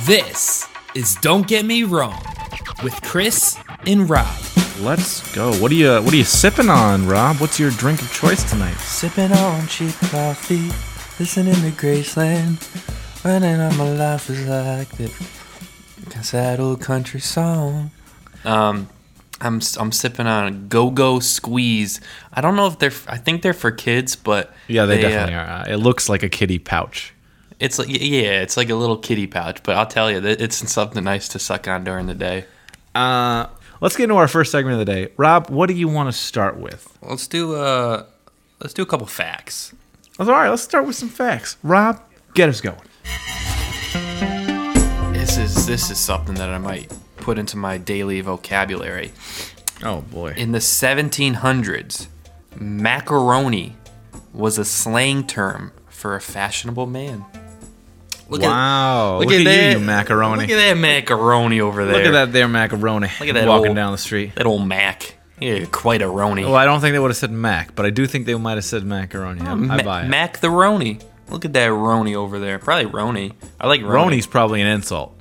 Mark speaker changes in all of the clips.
Speaker 1: This is Don't Get Me Wrong with Chris and Rob.
Speaker 2: Let's go. What are you What are you sipping on, Rob? What's your drink of choice tonight?
Speaker 3: Sipping on cheap coffee, listening to Graceland, running on my life is like this. Cause that old country song. Um, I'm I'm sipping on a Go Go Squeeze. I don't know if they're. I think they're for kids, but
Speaker 2: Yeah, they,
Speaker 3: uh,
Speaker 2: definitely are. Uh, It looks like a kitty pouch.
Speaker 3: It's like yeah, it's like a little kitty pouch. But I'll tell you, that it's something nice to suck on during the day.
Speaker 2: Uh, let's get into our first segment of the day. Rob, what do you want to start with?
Speaker 3: Let's do uh, let's do a couple facts.
Speaker 2: All right, let's start with some facts. Rob, get us going.
Speaker 3: This is this is something that I might put into my daily vocabulary.
Speaker 2: Oh boy.
Speaker 3: In the 1700s, macaroni was a slang term for a fashionable man. Look
Speaker 2: wow.
Speaker 3: look, at, that
Speaker 2: you, you macaroni.
Speaker 3: Look at that macaroni over there.
Speaker 2: Look at that there macaroni.
Speaker 3: Look at that
Speaker 2: walking
Speaker 3: old-
Speaker 2: down the street.
Speaker 3: That old mac. Yeah, quite a roni.
Speaker 2: Well, I don't think they would have said mac, but I do think they might have said macaroni. I- I buy it.
Speaker 3: mac the roni. Look at that roni over there. Probably roni. I like roni.
Speaker 2: Roni's probably an insult.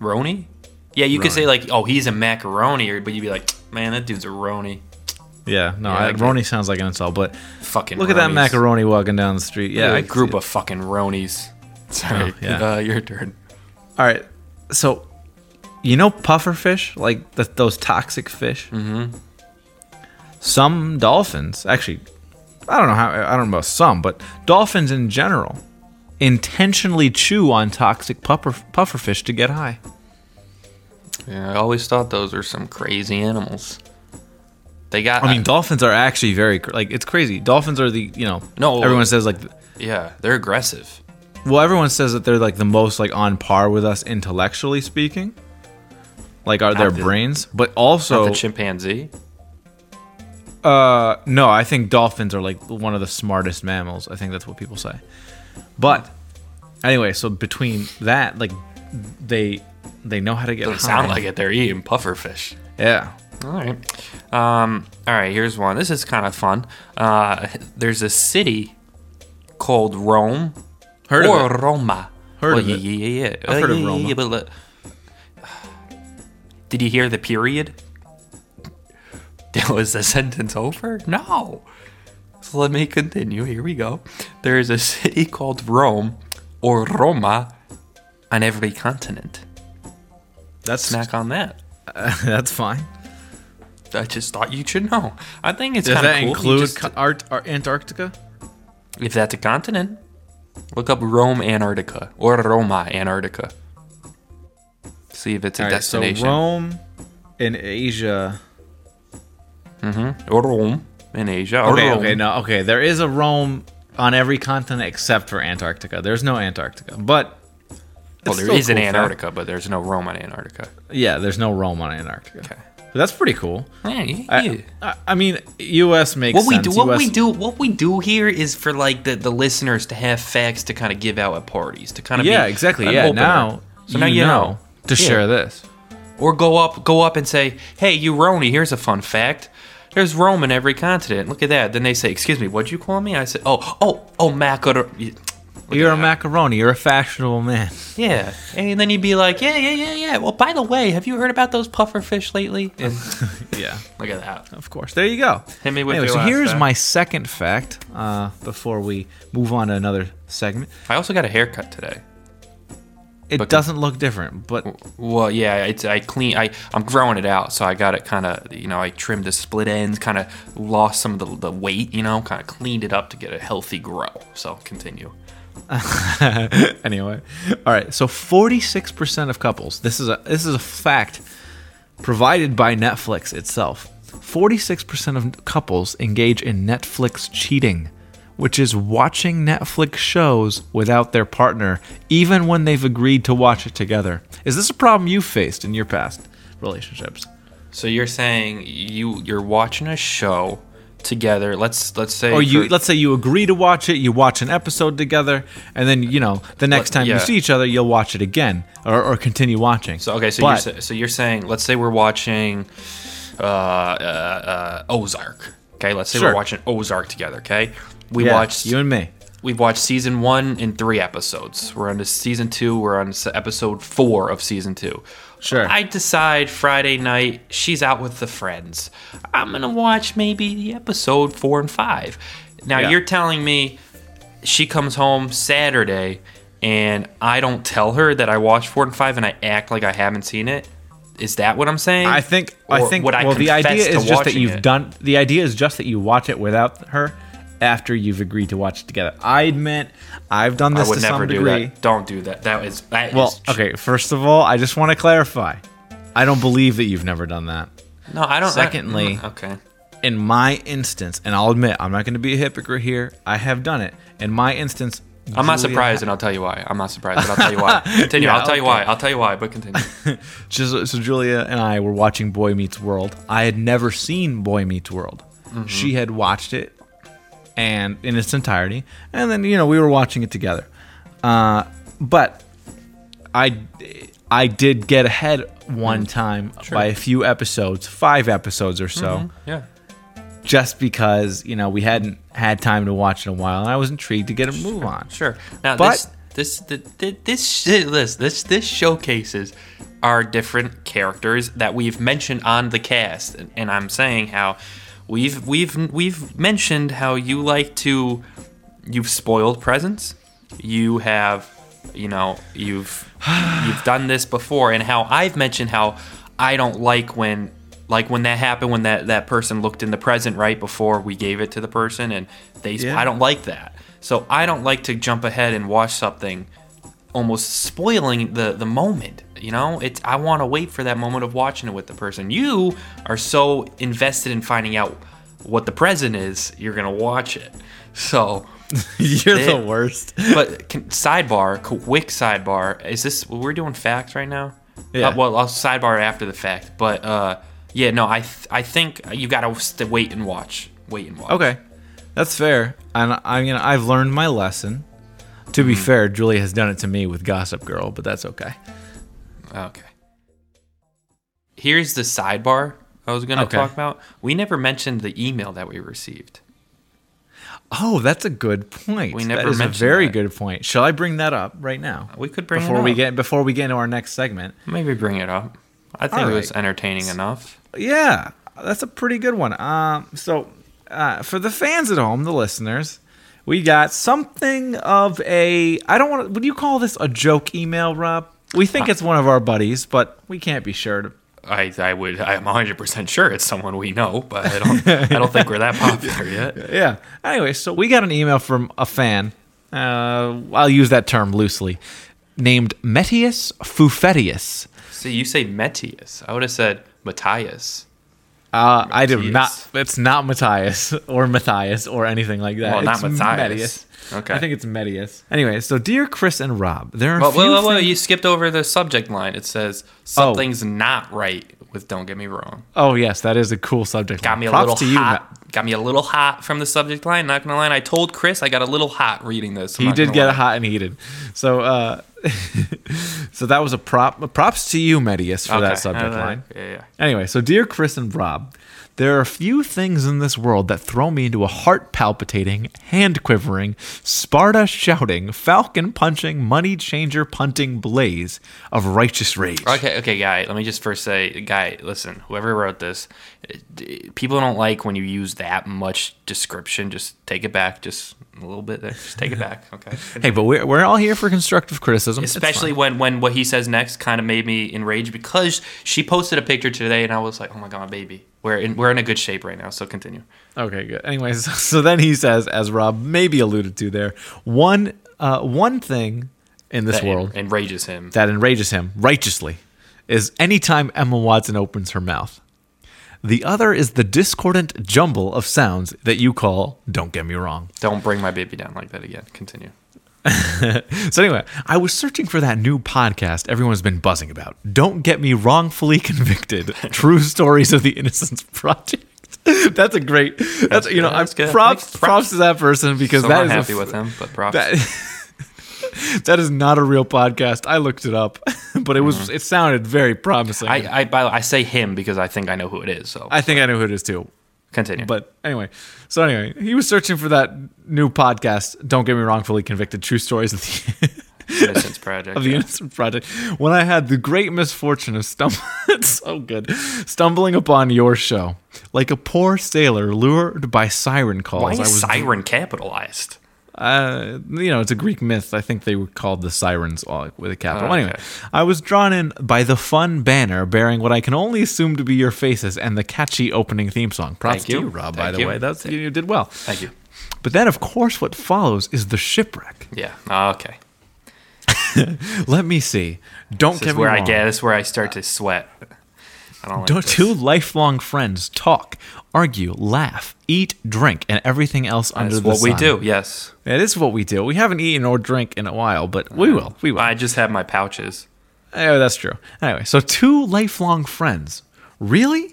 Speaker 3: Roni? Yeah, you could
Speaker 2: Roni.
Speaker 3: say like, "Oh, he's a macaroni," or but you'd be like, "Man, that dude's a roni."
Speaker 2: Yeah, no,
Speaker 3: Yeah,
Speaker 2: I-
Speaker 3: I get it.
Speaker 2: Roni sounds like an insult, but
Speaker 3: Fucking.
Speaker 2: look at that
Speaker 3: ronies.
Speaker 2: macaroni walking down the street.
Speaker 3: Look at
Speaker 2: Yeah,
Speaker 3: that
Speaker 2: I
Speaker 3: group
Speaker 2: see it.
Speaker 3: of fucking ronies. Sorry.
Speaker 2: Oh, yeah.
Speaker 3: Uh, your turn.
Speaker 2: All right. So, you know puffer fish, like the, those toxic fish. Mm-hmm. Some dolphins, actually, I don't know how. I don't know about some, but dolphins in general intentionally chew on toxic puffer puffer fish to get high.
Speaker 3: Yeah, I always thought those were some crazy animals. They got.
Speaker 2: I mean, dolphins are actually very cr- like it's crazy. Dolphins are the you know
Speaker 3: No.
Speaker 2: everyone says like th-
Speaker 3: yeah, they're aggressive.
Speaker 2: well everyone says that they're like the most like on par with us intellectually speaking, like are their
Speaker 3: the-
Speaker 2: brains, but
Speaker 3: Not
Speaker 2: also
Speaker 3: the chimpanzee.
Speaker 2: Uh, no, I think dolphins are like one of the smartest mammals. I think that's what people say. But anyway, so between that, like they they know how to get
Speaker 3: Doesn't
Speaker 2: high.
Speaker 3: sound like it. They're eating pufferfish.
Speaker 2: Yeah.
Speaker 3: All right. Um, all right. Here's one. This is kind of fun. Uh, there's a city called Rome
Speaker 2: Heard
Speaker 3: or
Speaker 2: of it.
Speaker 3: Roma.
Speaker 2: Heard
Speaker 3: Oh,
Speaker 2: of
Speaker 3: yeah,
Speaker 2: it.
Speaker 3: Yeah, yeah, yeah.
Speaker 2: I've
Speaker 3: Uh,
Speaker 2: heard of
Speaker 3: yeah, yeah,
Speaker 2: Roma.
Speaker 3: yeah, but let- Did you hear the period? That was the sentence over? No. So let me continue. Here we go. There is a city called Rome or Roma on every continent.
Speaker 2: That's
Speaker 3: Snack on that.
Speaker 2: that's fine.
Speaker 3: I just thought you should know. I think it's
Speaker 2: Does
Speaker 3: kind of
Speaker 2: that
Speaker 3: cool. You
Speaker 2: include
Speaker 3: just-
Speaker 2: co- Art, Art- Antarctica?
Speaker 3: if that's a continent, look up Rome, Antarctica, or Roma, Antarctica. See if it's a
Speaker 2: All right, so
Speaker 3: destination.
Speaker 2: Rome in Asia.
Speaker 3: or Rome in Asia. Or
Speaker 2: Okay,
Speaker 3: Rome.
Speaker 2: okay, no, okay. There is a Rome on every continent except for Antarctica. There's no Antarctica, but
Speaker 3: well,
Speaker 2: it's
Speaker 3: there
Speaker 2: still
Speaker 3: is an
Speaker 2: cool fact.
Speaker 3: Antarctica, but there's no Rome on Antarctica.
Speaker 2: Yeah, there's no Rome on Antarctica.
Speaker 3: Okay.
Speaker 2: But that's pretty cool.
Speaker 3: Yeah, yeah, yeah.
Speaker 2: I, I, I mean, U.S. makes
Speaker 3: What we
Speaker 2: Uh, sense.
Speaker 3: do, what
Speaker 2: US
Speaker 3: we do, what we do here is for like the, the listeners to have facts to kind of give out at parties to kind of
Speaker 2: Yeah,
Speaker 3: be
Speaker 2: exactly.
Speaker 3: an
Speaker 2: Yeah,
Speaker 3: opener.
Speaker 2: now
Speaker 3: so now you know,
Speaker 2: to
Speaker 3: Yeah.
Speaker 2: share this.
Speaker 3: or go up go up and say, "Hey, you Roni, here's a fun fact. There's Rome in every continent. Look at that." Then they say, "Excuse me, what'd you call me?" I said, "Oh, oh, oh, macaroni."
Speaker 2: You're a macaroni. You're a fashionable man.
Speaker 3: Yeah, and then you'd be like, "Yeah, yeah, yeah, yeah." Well, by the way, have you heard about those puffer fish lately? And
Speaker 2: yeah,
Speaker 3: look at that.
Speaker 2: of course. There you go.
Speaker 3: Hit me with
Speaker 2: Anyway,
Speaker 3: your
Speaker 2: so
Speaker 3: last
Speaker 2: here's
Speaker 3: fact.
Speaker 2: my second fact. Uh, before we move on to another segment,
Speaker 3: I also got a haircut today.
Speaker 2: it
Speaker 3: But-
Speaker 2: doesn't look different, but
Speaker 3: Well, yeah, it's I clean I I'm growing it out, so I got it kind of you know I trimmed the split ends, kind of lost some of the the weight, you know, kind of cleaned it up to get a healthy grow. So continue.
Speaker 2: anyway, all right. So forty-six percent of couples. This is a this is a fact provided by Netflix itself. Forty-six percent of couples engage in Netflix cheating, which is watching Netflix shows without their partner, even when they've agreed to watch it together. Is this a problem you faced in your past relationships?
Speaker 3: So you're saying you you're watching a show together. Let's let's say
Speaker 2: Or Oh, you
Speaker 3: for-
Speaker 2: let's say you agree to watch it, you watch an episode together, and then you know the next time
Speaker 3: yeah.
Speaker 2: you see each other, you'll watch it again or, or continue watching.
Speaker 3: so okay so
Speaker 2: But-
Speaker 3: you're, sa- so you're saying let's say we're watching uh, uh, uh, Ozark. Okay, let's say
Speaker 2: Sure.
Speaker 3: we're watching Ozark together. Okay, we
Speaker 2: Yeah,
Speaker 3: watched
Speaker 2: you and me.
Speaker 3: We've watched season one in three episodes. We're on to season two. We're on s- episode four of season two.
Speaker 2: Sure.
Speaker 3: I decide Friday night she's out with the friends. I'm gonna watch maybe the episode four and five. Now
Speaker 2: Yeah.
Speaker 3: you're telling me she comes home Saturday and I don't tell her that I watched four and five and I act like I haven't seen it. Is that what I'm saying?
Speaker 2: I think I
Speaker 3: Or
Speaker 2: think
Speaker 3: would I
Speaker 2: well the
Speaker 3: confess
Speaker 2: idea
Speaker 3: to
Speaker 2: is just that
Speaker 3: watching
Speaker 2: you've
Speaker 3: it?
Speaker 2: done the idea is just that you watch it without her after you've agreed to watch it together. I admit I've done this
Speaker 3: I would
Speaker 2: to
Speaker 3: never
Speaker 2: some
Speaker 3: do
Speaker 2: degree.
Speaker 3: that. Don't do that. That is that is
Speaker 2: Well, okay, first of all, I just want to clarify. I don't believe that you've never done that.
Speaker 3: No, I don't. I-
Speaker 2: Secondly-
Speaker 3: mm, okay.
Speaker 2: In my instance, and I'll admit I'm not going to be a hypocrite here, I have done it. In my instance,
Speaker 3: I'm not
Speaker 2: Julia-
Speaker 3: surprised, and I'll tell you why. I'm not surprised, but I'll tell you why. Continue.
Speaker 2: Yeah,
Speaker 3: I'll tell you
Speaker 2: okay.
Speaker 3: why. I'll tell you why. But continue.
Speaker 2: Just, so Julia and I were watching Boy Meets World. I had never seen Boy Meets World. She had watched it and in its entirety, and then you know we were watching it together. Uh, but I I did get ahead one time by a few episodes, five episodes or so
Speaker 3: Yeah.
Speaker 2: just because you know we hadn't had time to watch in a while, and I was intrigued to get a move on.
Speaker 3: Sure. Now,
Speaker 2: But-
Speaker 3: this, this, this, this, shit- this, this, this showcases our different characters that we've mentioned on the cast, and, and I'm saying how we've we've we've mentioned how you like to you've spoiled presents, you have you know you've you've done this before, and how I've mentioned how I don't like when. Like when that happened, when that, that person looked in the present right before we gave it to the person, and they,
Speaker 2: Yeah.
Speaker 3: I don't like that. So I don't like to jump ahead and watch something almost spoiling the the moment. You know, it's I want to wait for that moment of watching it with the person. You are so invested in finding out what the present is, you're gonna watch it. So,
Speaker 2: You're
Speaker 3: the
Speaker 2: worst.
Speaker 3: but can, sidebar, quick sidebar. Is this we're doing facts right now?
Speaker 2: Yeah.
Speaker 3: Uh, well, I'll sidebar after the fact, but uh, yeah, no, I th- I think you gotta st- wait and watch, wait and watch.
Speaker 2: Okay, that's fair, and I mean I've learned my lesson. To
Speaker 3: Mm-hmm.
Speaker 2: be fair, Julie has done it to me with Gossip Girl, but that's okay.
Speaker 3: Okay. Here's the sidebar I was going to
Speaker 2: Okay.
Speaker 3: talk about. We never mentioned the email that we received.
Speaker 2: Oh, that's a good point.
Speaker 3: We never
Speaker 2: that is a
Speaker 3: mentioned
Speaker 2: very
Speaker 3: that.
Speaker 2: good point. Shall I bring that up right now?
Speaker 3: We could bring it
Speaker 2: before we
Speaker 3: up.
Speaker 2: get before we get into our next segment.
Speaker 3: Maybe bring it up. I think
Speaker 2: All
Speaker 3: it was
Speaker 2: right.
Speaker 3: entertaining enough.
Speaker 2: Yeah, that's a pretty good one. Um, so uh, for the fans at home, the listeners, we got something of a I don't want. Would you call this a joke email, Rob? We
Speaker 3: Uh,
Speaker 2: think it's one of our buddies, but we can't be sure. To,
Speaker 3: I, I would I'm 100% sure it's someone we know, but I don't I don't think we're that popular yet.
Speaker 2: yeah. Anyway, so we got an email from a fan. Uh, I'll use that term loosely. Named Metius Fufetius.
Speaker 3: See, you say Metius. I would have said Matthias.
Speaker 2: Uh, I do
Speaker 3: Matthias.
Speaker 2: not. It's not Matthias or Matthias or anything like that.
Speaker 3: Well, not
Speaker 2: It's
Speaker 3: Matthias.
Speaker 2: Metius.
Speaker 3: Okay.
Speaker 2: I think it's Metius. Anyway, so dear Chris and Rob, there are a
Speaker 3: Well,
Speaker 2: few
Speaker 3: whoa, whoa, whoa,
Speaker 2: things-
Speaker 3: you skipped over the subject line. It says something's not right with don't get me wrong.
Speaker 2: Oh yes, that is a cool subject.
Speaker 3: got
Speaker 2: line.
Speaker 3: me a
Speaker 2: Props
Speaker 3: little
Speaker 2: to you,
Speaker 3: hot.
Speaker 2: Ma-
Speaker 3: got me a little hot from the subject line. Not gonna lie, and I told Chris I got a little hot reading this. I'm
Speaker 2: He
Speaker 3: not
Speaker 2: did
Speaker 3: gonna
Speaker 2: get
Speaker 3: lie.
Speaker 2: hot and heated. So, uh, so that was a prop. Props to you, Metius, for that
Speaker 3: Okay.
Speaker 2: subject
Speaker 3: Uh,
Speaker 2: line.
Speaker 3: Yeah, yeah.
Speaker 2: Anyway, so dear Chris and Rob, there are few things in this world that throw me into a heart palpitating, hand quivering, Sparta shouting, falcon punching, money changer punting blaze of righteous rage.
Speaker 3: Okay, okay, guy. Let me just first say, guy, listen. Whoever wrote this, uh, d- people don't like when you use that much description. Just take it back, just a little bit there. Just take it back. Okay.
Speaker 2: Hey, but we're, we're all here for constructive criticism. It's
Speaker 3: Especially
Speaker 2: fine.
Speaker 3: when, when what he says next kind of made me enraged because she posted a picture today and I was like, oh my god, my baby. We're in we're in a good shape right now. So continue.
Speaker 2: Okay, good. Anyways, so, so then he says, as Rob maybe alluded to there, one uh, one thing in this
Speaker 3: That en-
Speaker 2: world
Speaker 3: enrages him.
Speaker 2: that enrages him righteously is anytime Emma Watson opens her mouth. The other is the discordant jumble of sounds that you call, don't get me wrong.
Speaker 3: Don't bring my baby down like that again. Continue.
Speaker 2: So, anyway, I was searching for that new podcast everyone's been buzzing about. Don't Get Me Wrongfully Convicted True Stories of the Innocence Project. That's a great, that's, you know,
Speaker 3: good,
Speaker 2: I'm
Speaker 3: that's good.
Speaker 2: props,
Speaker 3: Thanks,
Speaker 2: props to that person because
Speaker 3: So not
Speaker 2: that is a
Speaker 3: happy
Speaker 2: f-
Speaker 3: with him, but props.
Speaker 2: That, that is not a real podcast. I looked it up, but it was
Speaker 3: Mm-hmm.
Speaker 2: it sounded very promising.
Speaker 3: I, I, by the way, I say him because I think I know who it is. So
Speaker 2: I think I know who it is too.
Speaker 3: Continue.
Speaker 2: But anyway, so anyway, he was searching for that new podcast. Don't get me wrongfully convicted. True stories of the
Speaker 3: Innocence Project.
Speaker 2: of the
Speaker 3: yeah.
Speaker 2: Innocent Project. When I had the great misfortune of stumbling, it's so good, stumbling upon your show, like a poor sailor lured by siren calls.
Speaker 3: Why
Speaker 2: I
Speaker 3: is
Speaker 2: was,
Speaker 3: siren capitalized?
Speaker 2: uh, you know, it's a Greek myth. I think they were called the sirens, all with a capital.
Speaker 3: Oh, okay.
Speaker 2: Anyway, I was drawn in by the fun banner bearing what I can only assume to be your faces and the catchy opening theme song. Props
Speaker 3: Thank you.
Speaker 2: to you, Rob. by
Speaker 3: Thank
Speaker 2: the
Speaker 3: you.
Speaker 2: way, that's you, you did well.
Speaker 3: Thank you.
Speaker 2: But then, of course, what follows is the shipwreck.
Speaker 3: Yeah. Ah, okay.
Speaker 2: Let me see. Don't
Speaker 3: This
Speaker 2: get
Speaker 3: is
Speaker 2: me
Speaker 3: where I
Speaker 2: wrong.
Speaker 3: get. This is where I start to sweat. I don't like
Speaker 2: Do-
Speaker 3: this.
Speaker 2: Two lifelong friends talk, argue, laugh, eat, drink, and everything else under
Speaker 3: That's
Speaker 2: the
Speaker 3: what we do.
Speaker 2: sun.
Speaker 3: Yes.
Speaker 2: That is what we do. We haven't eaten or drank in a while, but we will. We will.
Speaker 3: I just have my pouches.
Speaker 2: Oh, that's true. Anyway, so two lifelong friends. Really?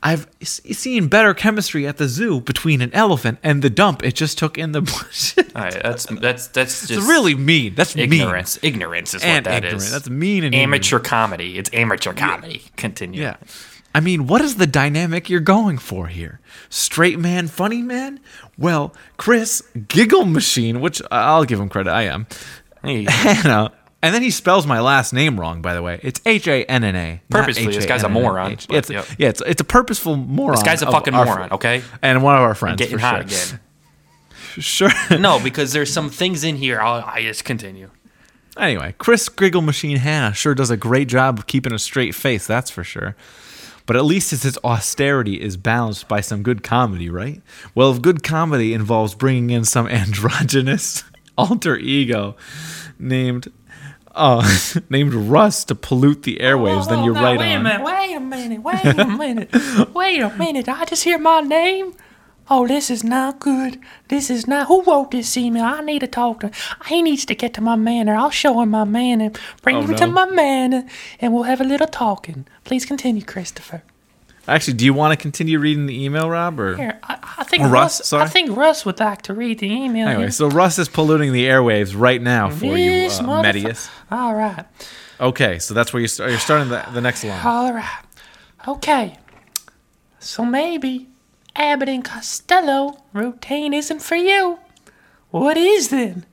Speaker 2: I've s- seen better chemistry at the zoo between an elephant and the dump it just took in the bush. it's uh,
Speaker 3: All right. That's that's that's just
Speaker 2: really mean. That's mean.
Speaker 3: ignorance. Ignorance is
Speaker 2: And
Speaker 3: what that is.
Speaker 2: ignorant. That's mean and
Speaker 3: amateur comedy. It's amateur comedy. Continue.
Speaker 2: Yeah. I mean, what is the dynamic you're going for here? Straight man, funny man? Well, Chris, giggle machine, which I'll give him credit, I am.
Speaker 3: Hey.
Speaker 2: Hannah. And then he spells my last name wrong, by the way. It's H A N N A. not
Speaker 3: Purposefully, this guy's a
Speaker 2: H-A-N-N-A.
Speaker 3: moron,
Speaker 2: It's-
Speaker 3: but,
Speaker 2: it's-
Speaker 3: yep.
Speaker 2: Yeah, it's, it's a purposeful moron.
Speaker 3: This guy's a
Speaker 2: of
Speaker 3: fucking
Speaker 2: our
Speaker 3: moron.
Speaker 2: fr-
Speaker 3: Okay.
Speaker 2: And one of our friends.
Speaker 3: Getting
Speaker 2: for
Speaker 3: hot
Speaker 2: sure.
Speaker 3: again.
Speaker 2: Sure.
Speaker 3: No, because there's some things in here. I'll, I just continue.
Speaker 2: Anyway, Chris Griggle Machine Hannah sure does a great job of keeping a straight face, that's for sure. But at least his his austerity is balanced by some good comedy, right? Well, if good comedy involves bringing in some androgynous alter ego named uh, named Russ to pollute the airwaves, then you're right
Speaker 4: Oh, wait
Speaker 2: on.
Speaker 4: a minute, wait a minute, wait a minute, wait a minute. I just hear my name. Oh, this is not good. This is not. Who wrote this email? I need to talk to. He needs to get to my manor. I'll show him my manor. Bring him to
Speaker 2: Oh, no.
Speaker 4: my manor, and we'll have a little talking. Please continue, Christopher.
Speaker 2: Actually, do you want to continue reading the email, Rob? Or?
Speaker 4: Here, I, I think
Speaker 2: Russ,
Speaker 4: Russ.
Speaker 2: sorry?
Speaker 4: I think Russ would like to read the email.
Speaker 2: Anyway,
Speaker 4: here.
Speaker 2: so Russ is polluting the airwaves right now for you,
Speaker 4: This
Speaker 2: uh,
Speaker 4: motherfu-
Speaker 2: Medius.
Speaker 4: All right.
Speaker 2: Okay, so that's where you start. You're starting the, the next line.
Speaker 4: All right. Okay. So maybe Abbott and Costello routine isn't for you. What is then?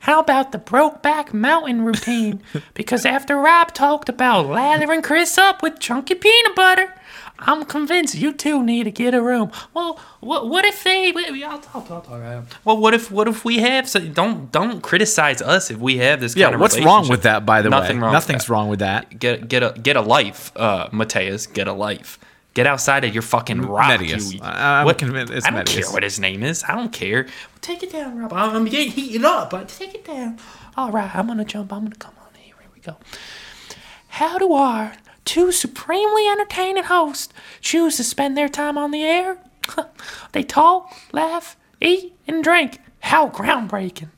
Speaker 4: How about the Brokeback Mountain routine? because after Rob talked about lathering Chris up with chunky peanut butter, I'm convinced you two need to get a room. Well, what, what if they? wait, wait, I'll talk. I'll talk. I'll talk.
Speaker 3: Well, what if what if we have? So don't don't criticize us if we have this. kind
Speaker 2: Yeah,
Speaker 3: of
Speaker 2: what's wrong
Speaker 3: relationship.
Speaker 2: with that? By the
Speaker 3: Nothing
Speaker 2: way,
Speaker 3: wrong with
Speaker 2: nothing's
Speaker 3: that.
Speaker 2: wrong with that.
Speaker 3: Get get a get a life, uh, Mateus. Get a life. Get outside of your fucking rock.
Speaker 2: Medius.
Speaker 3: You,
Speaker 2: I- I'm convinced it's
Speaker 3: I don't
Speaker 2: Medius.
Speaker 3: care what his name is. I don't care.
Speaker 4: Take it down, Rob. I'm I'm getting heated up, but take it down. All right, I'm gonna jump. I'm gonna come on here. Here we go. How do our two supremely entertaining hosts choose to spend their time on the air? they talk, laugh, eat, and drink. How groundbreaking!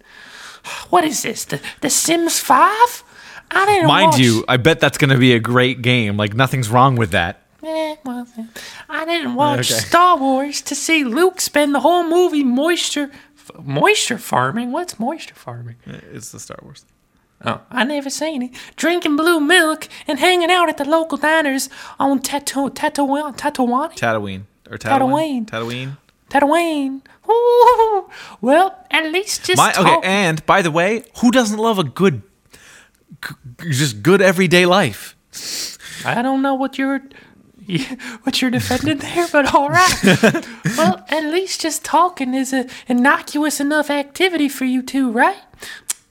Speaker 4: What is this? The The Sims Five? I didn't
Speaker 2: Mind
Speaker 4: watch-
Speaker 2: you, I bet that's going to be a great game. Like nothing's wrong with that.
Speaker 4: Eh, well, eh. I didn't watch
Speaker 2: Okay.
Speaker 4: Star Wars to see Luke spend the whole movie moisture f- moisture farming. What's moisture farming?
Speaker 2: It's the Star Wars.
Speaker 4: I never seen it. Drinking blue milk and hanging out at the local diners on Tatooine, Tatooine, Tatooine,
Speaker 2: Tatooine or
Speaker 4: Tatooine.
Speaker 2: Tatooine. Tatooine.
Speaker 4: Tatooine. Ooh, well, at least just
Speaker 2: My okay.
Speaker 4: talk.
Speaker 2: And by the way, who doesn't love a good, g- g- just good everyday life?
Speaker 4: I don't know what you're what you're defending there, but all right. well, at least just talking is a innocuous enough activity for you two, right?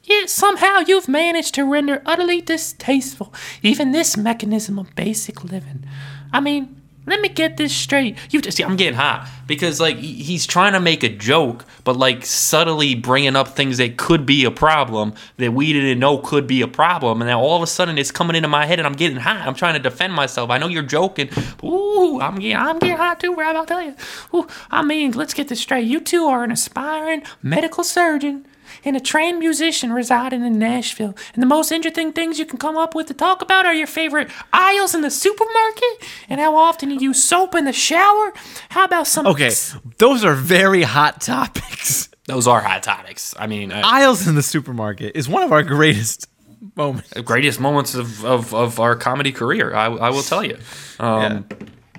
Speaker 4: Yet somehow you've managed to render utterly distasteful even this mechanism of basic living. I mean, let me get this straight.
Speaker 3: You just see, I'm getting hot because like he- he's trying to make a joke, but like subtly bringing up things that could be a problem that we didn't know could be a problem, and now all of a sudden it's coming into my head, and I'm getting hot. I'm trying to defend myself. I know you're joking. but Ooh, I'm getting
Speaker 4: I'm getting hot too, Rob. I'll tell you. Ooh, I mean, let's get this straight. You two are an aspiring medical surgeon and a trained musician residing in Nashville. And the most interesting things you can come up with to talk about are your favorite aisles in the supermarket and how often you use soap in the shower. How about some
Speaker 2: Okay, those are very hot topics.
Speaker 3: those are hot topics. I mean, uh, I,
Speaker 2: Aisles in the supermarket is one of our greatest moments.
Speaker 3: greatest moments of, of, of our comedy career. I, I will tell you. Um,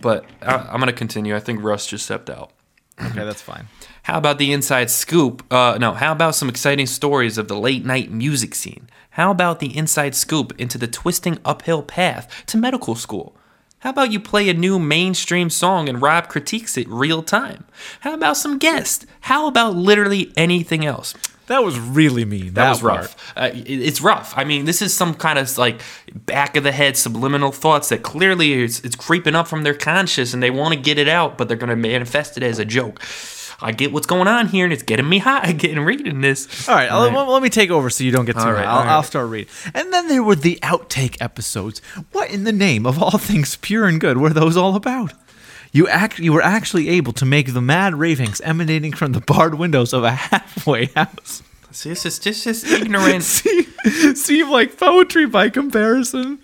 Speaker 3: But I, I'm going to continue. I think Russ just stepped out.
Speaker 2: Okay, that's fine.
Speaker 3: How about the inside scoop? Uh, no, how about some exciting stories of the late night music scene? How about the inside scoop into the twisting uphill path to medical school? How about you play a new mainstream song and Rob critiques it real time? How about some guests? How about literally anything else?
Speaker 2: That was really mean.
Speaker 3: That, was rough. Uh, it- it's rough. I mean, this is some kind of like back of the head subliminal thoughts that clearly it's, it's creeping up from their conscious and they want to get it out, but they're going to manifest it as a joke. I get what's going on here, and it's getting me hot. Getting reading this.
Speaker 2: All right, I'll- Let, let me take over so you don't get too
Speaker 3: All right,
Speaker 2: high. I'll,
Speaker 3: all right.
Speaker 2: I'll start reading. And then there were the outtake episodes. What in the name of all things pure and good were those all about? You act, you were actually able to make the mad ravings emanating from the barred windows of a halfway house
Speaker 3: See, this is this is ignorant.
Speaker 2: seem, seem like poetry by comparison.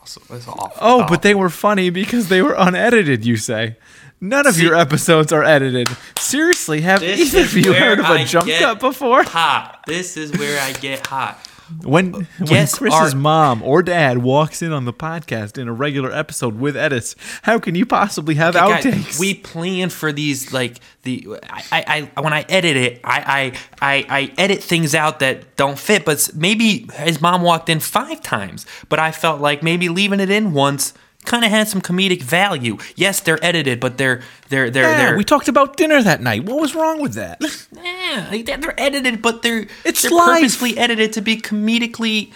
Speaker 3: awesome. That's awful.
Speaker 2: Oh, but they were funny because they were unedited, you say. None of your episodes are edited. Seriously, have
Speaker 3: This
Speaker 2: either
Speaker 3: is
Speaker 2: of you
Speaker 3: where
Speaker 2: heard of a
Speaker 3: I
Speaker 2: jump
Speaker 3: get
Speaker 2: cut before?
Speaker 3: hot. This is where I get hot.
Speaker 2: When when
Speaker 3: Guess
Speaker 2: Chris's
Speaker 3: Uh, our-
Speaker 2: mom or dad walks in on the podcast in a regular episode with edits, how can you possibly have
Speaker 3: Guys,
Speaker 2: outtakes?
Speaker 3: we plan for these like the I, I, I when I edit it, I, I I I edit things out that don't fit. But s- maybe his mom walked in five times, but I felt like maybe leaving it in once kind of had some comedic value. Yes, they're edited, but they're they're they're
Speaker 2: yeah,
Speaker 3: they're
Speaker 2: we talked about dinner that night. What was wrong with that?
Speaker 3: yeah, like, they're, they're edited, but they're
Speaker 2: It's
Speaker 3: they're
Speaker 2: life.
Speaker 3: purposely edited to be comedically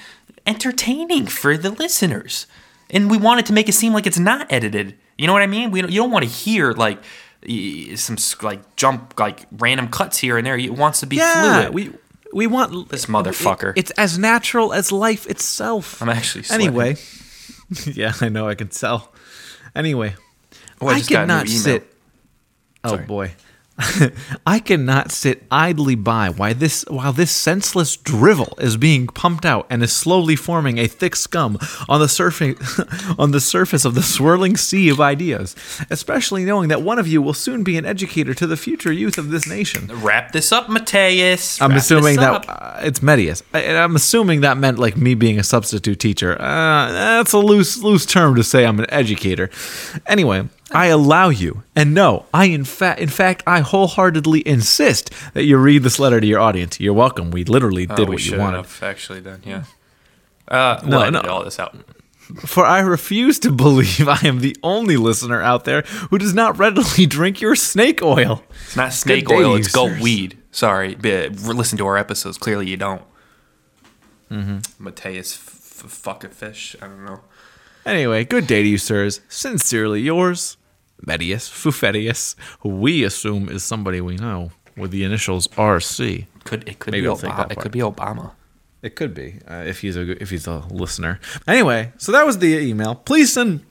Speaker 3: entertaining for the listeners, and we wanted to make it seem like it's not edited. You know what I mean? We don't, you don't want to hear like y- some s- like jump like random cuts here and there. It wants to be
Speaker 2: yeah,
Speaker 3: fluid.
Speaker 2: we we want
Speaker 3: This motherfucker.
Speaker 2: It- it's as natural as life itself.
Speaker 3: I'm actually sweating.
Speaker 2: anyway. yeah, I know. I can tell. Anyway,
Speaker 3: Oh,
Speaker 2: I,
Speaker 3: just got a new
Speaker 2: cannot
Speaker 3: email.
Speaker 2: sit. Oh boy. I cannot sit idly by while this while this senseless drivel is being pumped out and is slowly forming a thick scum on the surface on the surface of the swirling sea of ideas, especially knowing that one of you will soon be an educator to the future youth of this nation.
Speaker 3: Wrap this up, Mateus.
Speaker 2: I'm
Speaker 3: Wrap this
Speaker 2: assuming that
Speaker 3: up.
Speaker 2: uh, it's Medius. I, and I'm assuming that meant like me being a substitute teacher. Uh, that's a loose loose term to say I'm an educator. Anyway, I allow you, and no, I in fact in fact I wholeheartedly insist that you read this letter to your audience. You're welcome. We literally
Speaker 3: Oh,
Speaker 2: did
Speaker 3: we
Speaker 2: what you
Speaker 3: should
Speaker 2: wanted.
Speaker 3: have actually done. Yeah. Uh, no,
Speaker 2: no.
Speaker 3: all this out.
Speaker 2: For I refuse to believe I am the only listener out there who does not readily drink your snake oil.
Speaker 3: It's not snake
Speaker 2: day,
Speaker 3: oil. It's goat
Speaker 2: users.
Speaker 3: weed. Sorry, but listen to our episodes. Clearly, you don't. Mm-hmm. Mateus, f- f- fuck a fish. I don't know.
Speaker 2: Anyway, good day to you, sirs. Sincerely yours, Medius Fufetius, who we assume is somebody we know with the initials RC.
Speaker 3: Could it could
Speaker 2: Maybe
Speaker 3: be
Speaker 2: I'll take that
Speaker 3: Obama? It
Speaker 2: part.
Speaker 3: could be Obama.
Speaker 2: It could be uh, if he's a if he's a listener. Anyway, so that was the email. Please send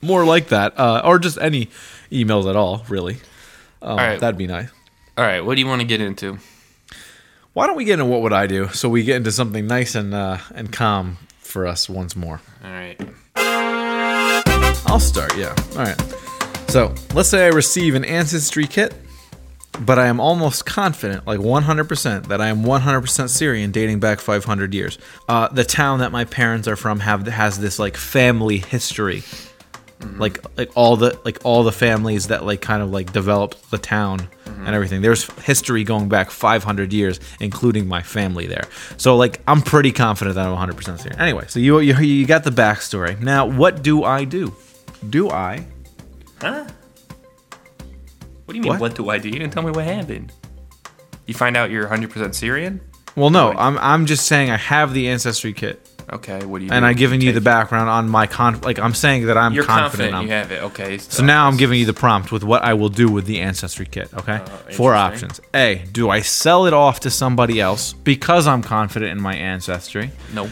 Speaker 2: more like that, uh, or just any emails at all. Really, um,
Speaker 3: right.
Speaker 2: that'd be nice.
Speaker 3: All right, what do you want to get into?
Speaker 2: Why don't we get into what would I do? So we get into something nice and uh, and calm for us once more.
Speaker 3: All right.
Speaker 2: I'll start, yeah. All right. So let's say I receive an ancestry kit, but I am almost confident, like 100%, that I am 100% Syrian, dating back 500 years. Uh, the town that my parents are from have has this like family history, like like all the like all the families that like kind of like developed the town and everything. There's history going back 500 years, including my family there. So like I'm pretty confident that I'm 100% Syrian. Anyway, so you you, you got the backstory. Now what do I do? Do I
Speaker 3: Huh? What do you mean? What,
Speaker 2: What?
Speaker 3: do I do? You didn't tell me what happened. You find out you're 100% Syrian.
Speaker 2: Well, no, I'm I'm just saying I have the ancestry kit,
Speaker 3: Okay. What do you?
Speaker 2: and
Speaker 3: do?
Speaker 2: I've given you the
Speaker 3: Take-
Speaker 2: background on my con. Like I'm saying that I'm
Speaker 3: You're confident,
Speaker 2: confident. I'm-
Speaker 3: you have it. Okay.
Speaker 2: so now I'm giving you the prompt with what I will do with the ancestry kit. Okay, four
Speaker 3: Oh, interesting.
Speaker 2: options. A. Do I sell it off to somebody else because I'm confident in my ancestry?
Speaker 3: Nope.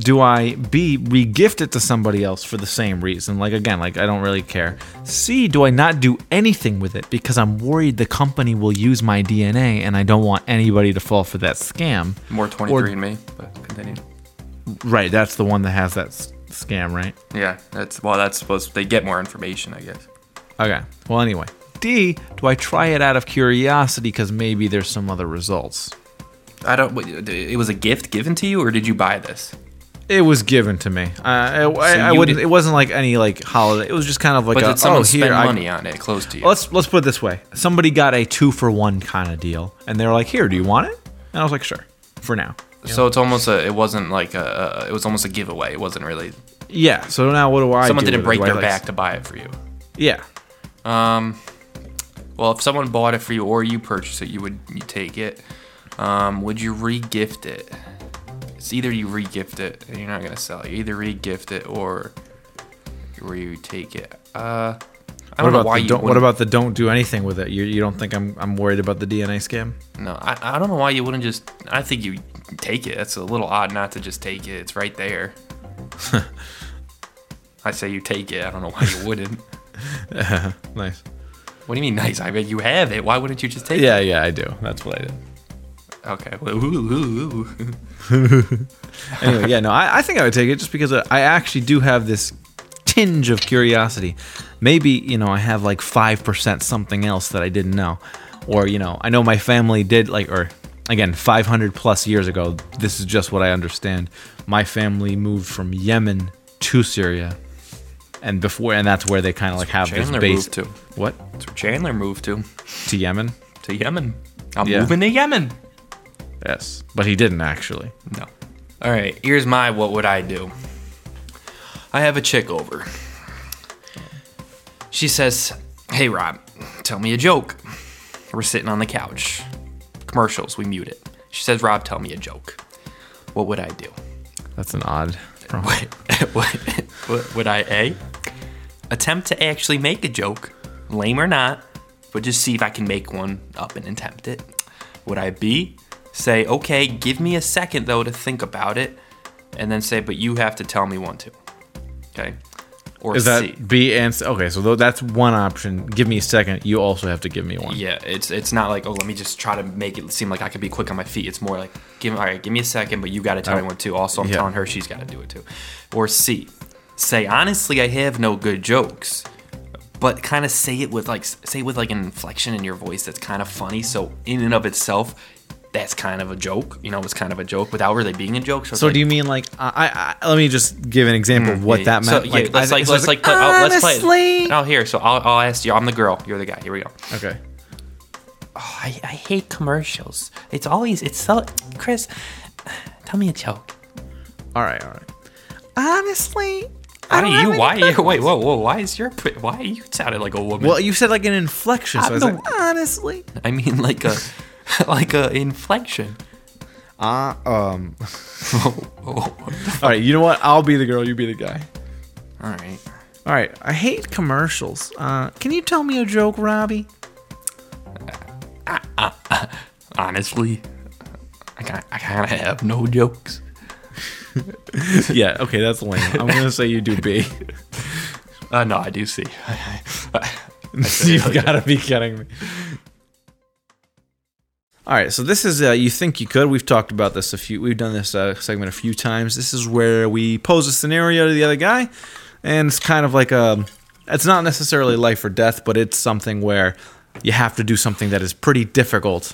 Speaker 2: do I B regift it to somebody else for the same reason? Like again, like I don't really care. C, do I not do anything with it because I'm worried the company will use my DNA and I don't want anybody to fall for that scam?
Speaker 3: More 23 in me, but continue.
Speaker 2: Right, that's the one that has that s- scam, right?
Speaker 3: Yeah, that's well. That's supposed. They get more information, I guess.
Speaker 2: Okay. Well, anyway. D, do I try it out of curiosity because maybe there's some other results?
Speaker 3: I don't. wait, It was a gift given to you, or did you buy this?
Speaker 2: It was given to me. Uh, I, I, I,
Speaker 3: So
Speaker 2: I
Speaker 3: you
Speaker 2: wouldn't.
Speaker 3: did-
Speaker 2: It wasn't like any like holiday. It was just kind of like
Speaker 3: But
Speaker 2: a,
Speaker 3: did someone
Speaker 2: oh, here,
Speaker 3: spend
Speaker 2: I-
Speaker 3: money on it close to you?
Speaker 2: Let's let's put it this way. Somebody got a two for one kind of deal, and they were like, "Here, do you want it?" And I was like, "Sure." For now.
Speaker 3: So it's almost a. It wasn't like a. a- It was almost a giveaway. It wasn't really.
Speaker 2: Yeah. So now what do I?
Speaker 3: Someone
Speaker 2: do
Speaker 3: didn't
Speaker 2: with
Speaker 3: break
Speaker 2: it? Do I,
Speaker 3: their
Speaker 2: like,
Speaker 3: back to buy it for you.
Speaker 2: Yeah.
Speaker 3: Well, if someone bought it for you or you purchased it, you would you take it. Um, would you re-gift it? It's either you re-gift it and you're not gonna sell it. You either re-gift it or you take it. Uh, I
Speaker 2: What
Speaker 3: don't know
Speaker 2: about
Speaker 3: why
Speaker 2: the
Speaker 3: you.
Speaker 2: don't, what
Speaker 3: wouldn't-
Speaker 2: about the don't do anything with it? You, you don't think I'm I'm worried about the DNA scam?
Speaker 3: No, I, I don't know why you wouldn't just. I think you take it. That's a little odd not to just take it. It's right there. I say you take it. I don't know why you wouldn't.
Speaker 2: Nice.
Speaker 3: What do you mean nice? I mean you have it. Why wouldn't you just take
Speaker 2: Yeah, yeah, I do. That's what I did.
Speaker 3: it? Okay. Well, ooh, ooh, ooh.
Speaker 2: Anyway, yeah, no, I, I think I would take it just because I actually do have this tinge of curiosity. Maybe you know I have like five percent something else that I didn't know, or you know I know my family did like or again 500 plus years ago. This is just what I understand. My family moved from Yemen to Syria, and before and that's where they kind of like have this
Speaker 3: Chandler
Speaker 2: base.
Speaker 3: moved to.
Speaker 2: What
Speaker 3: That's where Chandler moved to.
Speaker 2: to Yemen?
Speaker 3: To Yemen. I'm
Speaker 2: Yeah.
Speaker 3: moving to Yemen.
Speaker 2: Yes, but he didn't actually.
Speaker 3: No. All right. Here's my what would I do. I have a chick over. She says, "Hey Rob, tell me a joke." We're sitting on the couch. Commercials. We mute it. She says, "Rob, tell me a joke." What would I do?
Speaker 2: That's an odd. prompt.
Speaker 3: What, what, what would I a attempt to actually make a joke, lame or not, but just see if I can make one up and attempt it? Would I b say, okay, give me a second though to think about it, and then say, but you have to tell me one too, okay? Or
Speaker 2: Is
Speaker 3: C.
Speaker 2: that B and C? Okay, so tho- that's one option. Give me a second. You also have to give me one.
Speaker 3: Yeah, it's it's not like oh let me just try to make it seem like I could be quick on my feet. It's more like give all right, give me a second, but you got to tell me one too. Also, I'm
Speaker 2: Oh. yeah.
Speaker 3: telling her she's got to do it too. Or C, say honestly I have no good jokes, but kind of say it with like say it with like an inflection in your voice that's kind of funny. So in and of itself, that's kind of a joke. You know, it's kind of a joke without really being a joke. So, it's
Speaker 2: So
Speaker 3: like, Mm-hmm.
Speaker 2: do you mean like I, I? I- Let me just give an example of what that
Speaker 3: so,
Speaker 2: meant.
Speaker 3: yeah,
Speaker 2: like,
Speaker 3: let's
Speaker 2: I-
Speaker 3: like
Speaker 2: so
Speaker 3: let's
Speaker 2: it's
Speaker 3: like play, oh, let's play.
Speaker 2: honestly-
Speaker 3: Oh, here. So I'll, I'll ask you. I'm the girl. You're the guy. Here we go.
Speaker 2: Okay.
Speaker 4: I, I hate commercials. It's always, it's so. Chris, tell me a joke.
Speaker 2: All right. All right. Honestly,
Speaker 3: Why do you? Why? You, wait, whoa, whoa. Why is your? pri- Why you sounded like a woman?
Speaker 2: Well, you said like an inflection. So I was
Speaker 3: the-
Speaker 2: like, honestly,
Speaker 3: I mean, like a, like a inflection.
Speaker 2: uh, um.
Speaker 3: Oh,
Speaker 2: All right. You know what? I'll be the girl. You be the guy.
Speaker 3: all right.
Speaker 2: All right. I hate commercials. Uh, can you tell me a joke, Robbie?
Speaker 3: Honestly, I kind I kind of have no jokes.
Speaker 2: yeah. Okay. That's lame. I'm gonna say you do B.
Speaker 3: Uh, no, I do see.
Speaker 2: You've got to be kidding me. All right, so this is uh, you think you could. We've talked about this a few. We've done this uh, segment a few times. This is where we pose a scenario to the other guy, and it's kind of like a. It's not necessarily life or death, but it's something where you have to do something that is pretty difficult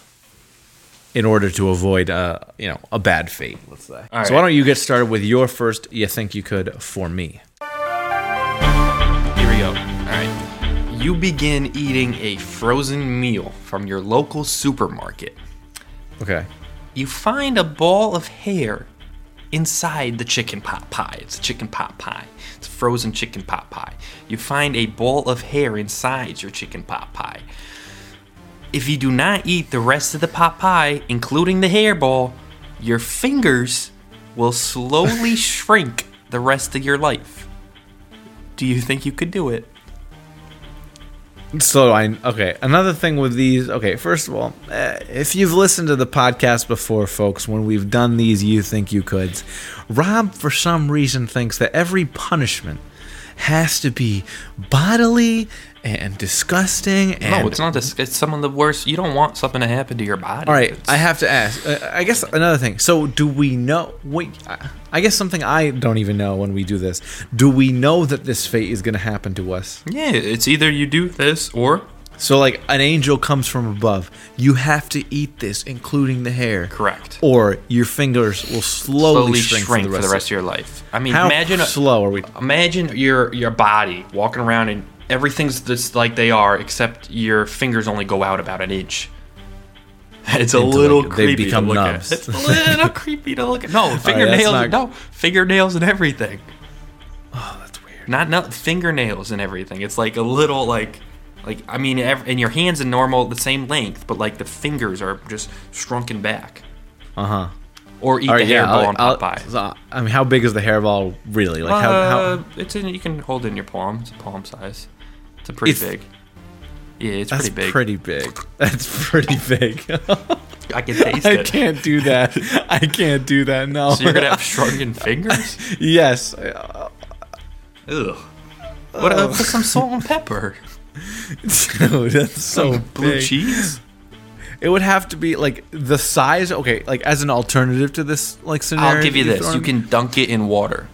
Speaker 2: in order to avoid, uh, you know, a bad fate. Let's say.
Speaker 3: All
Speaker 2: So why
Speaker 3: right.
Speaker 2: don't you get started with your first? You think you could for me?
Speaker 3: Here we go. All right. You begin eating a frozen meal from your local supermarket.
Speaker 2: Okay.
Speaker 3: You find a ball of hair inside the chicken pot pie. It's a chicken pot pie. It's a frozen chicken pot pie. You find a ball of hair inside your chicken pot pie. If you do not eat the rest of the pot pie, including the hairball, your fingers will slowly shrink the rest of your life. Do you think you could do it?
Speaker 2: So I okay. Another thing with these. Okay, first of all, uh, if you've listened to the podcast before, folks, when we've done these, you think you could. Rob, for some reason, thinks that every punishment has to be bodily and disgusting. And
Speaker 3: No, it's not. This, it's some of the worst. You don't want something to happen to your body.
Speaker 2: all right,
Speaker 3: It's-
Speaker 2: I have to ask. Uh, I guess another thing. So do we know? Wait, I- I guess something I don't even know when we do this. Do we know that this fate is going to happen to us?
Speaker 3: Yeah, it's either you do this or
Speaker 2: So like an angel comes from above. You have to eat this, including the hair.
Speaker 3: Correct.
Speaker 2: Or your fingers will slowly,
Speaker 3: slowly
Speaker 2: shrink,
Speaker 3: shrink,
Speaker 2: for the rest,
Speaker 3: of your life. I mean,
Speaker 2: How
Speaker 3: imagine a,
Speaker 2: slow are we?
Speaker 3: imagine your your body walking around and everything's just like they are, except your fingers only go out about an inch. It's a
Speaker 2: Until
Speaker 3: little
Speaker 2: they- they
Speaker 3: creepy
Speaker 2: become
Speaker 3: to look
Speaker 2: nubs. Oh,
Speaker 3: at. It's a little creepy to look at. No, fingernails.
Speaker 2: not- Oh,
Speaker 3: No, fingernails and everything.
Speaker 2: That's weird.
Speaker 3: Not not fingernails and everything. It's like a little like. Like I mean, ev- and your hands are normal, the same length, but like the fingers are just shrunken back.
Speaker 2: Uh huh.
Speaker 3: Or eat
Speaker 2: All
Speaker 3: the
Speaker 2: right, yeah.
Speaker 3: hairball
Speaker 2: I'll-
Speaker 3: on
Speaker 2: I'll-
Speaker 3: Popeye.
Speaker 2: so, I mean, how big is the hairball really? Like how,
Speaker 3: uh,
Speaker 2: how
Speaker 3: it's in. You can hold it in your palm. It's a palm size. It's a pretty
Speaker 2: It's-
Speaker 3: big. Yeah, it's
Speaker 2: that's
Speaker 3: pretty big.
Speaker 2: pretty big. That's pretty big.
Speaker 3: I can taste
Speaker 2: I
Speaker 3: it.
Speaker 2: can't do that. I can't do that. No.
Speaker 3: So you're gonna have shrunken fingers?
Speaker 2: yes. Uh,
Speaker 3: Ugh. What?
Speaker 2: Oh.
Speaker 3: Uh, put some salt and pepper.
Speaker 2: dude, that's so
Speaker 3: Oh, Blue
Speaker 2: big.
Speaker 3: cheese.
Speaker 2: It would have to be like the size. Okay, like as an alternative to this, like scenario.
Speaker 3: I'll give you
Speaker 2: that
Speaker 3: this.
Speaker 2: throw
Speaker 3: You
Speaker 2: in-
Speaker 3: can dunk it in water.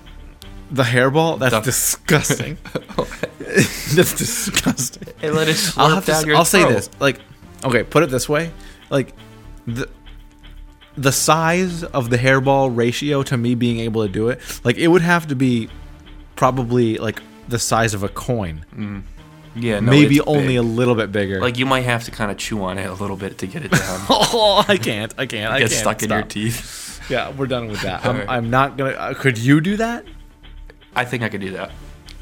Speaker 2: the hairball. That's
Speaker 3: Duh.
Speaker 2: disgusting. that's disgusting.
Speaker 3: And let it slurp
Speaker 2: I'll have to.
Speaker 3: down
Speaker 2: s-
Speaker 3: your
Speaker 2: I'll say
Speaker 3: throat.
Speaker 2: this. Like, okay, put it this way. Like, the the size of the hairball ratio to me being able to do it, like it would have to be probably like the size of a coin,
Speaker 3: Yeah, no,
Speaker 2: maybe
Speaker 3: it's
Speaker 2: only
Speaker 3: big.
Speaker 2: a little bit bigger.
Speaker 3: like you might have to kind of chew on it a little bit to get it down.
Speaker 2: oh, I can't. I can't. I
Speaker 3: Get
Speaker 2: can't
Speaker 3: stuck in your
Speaker 2: stop.
Speaker 3: teeth.
Speaker 2: Yeah, we're done with that. I'm,
Speaker 3: Alright.
Speaker 2: I'm not gonna. Uh, could you do that?
Speaker 3: I think I could do that.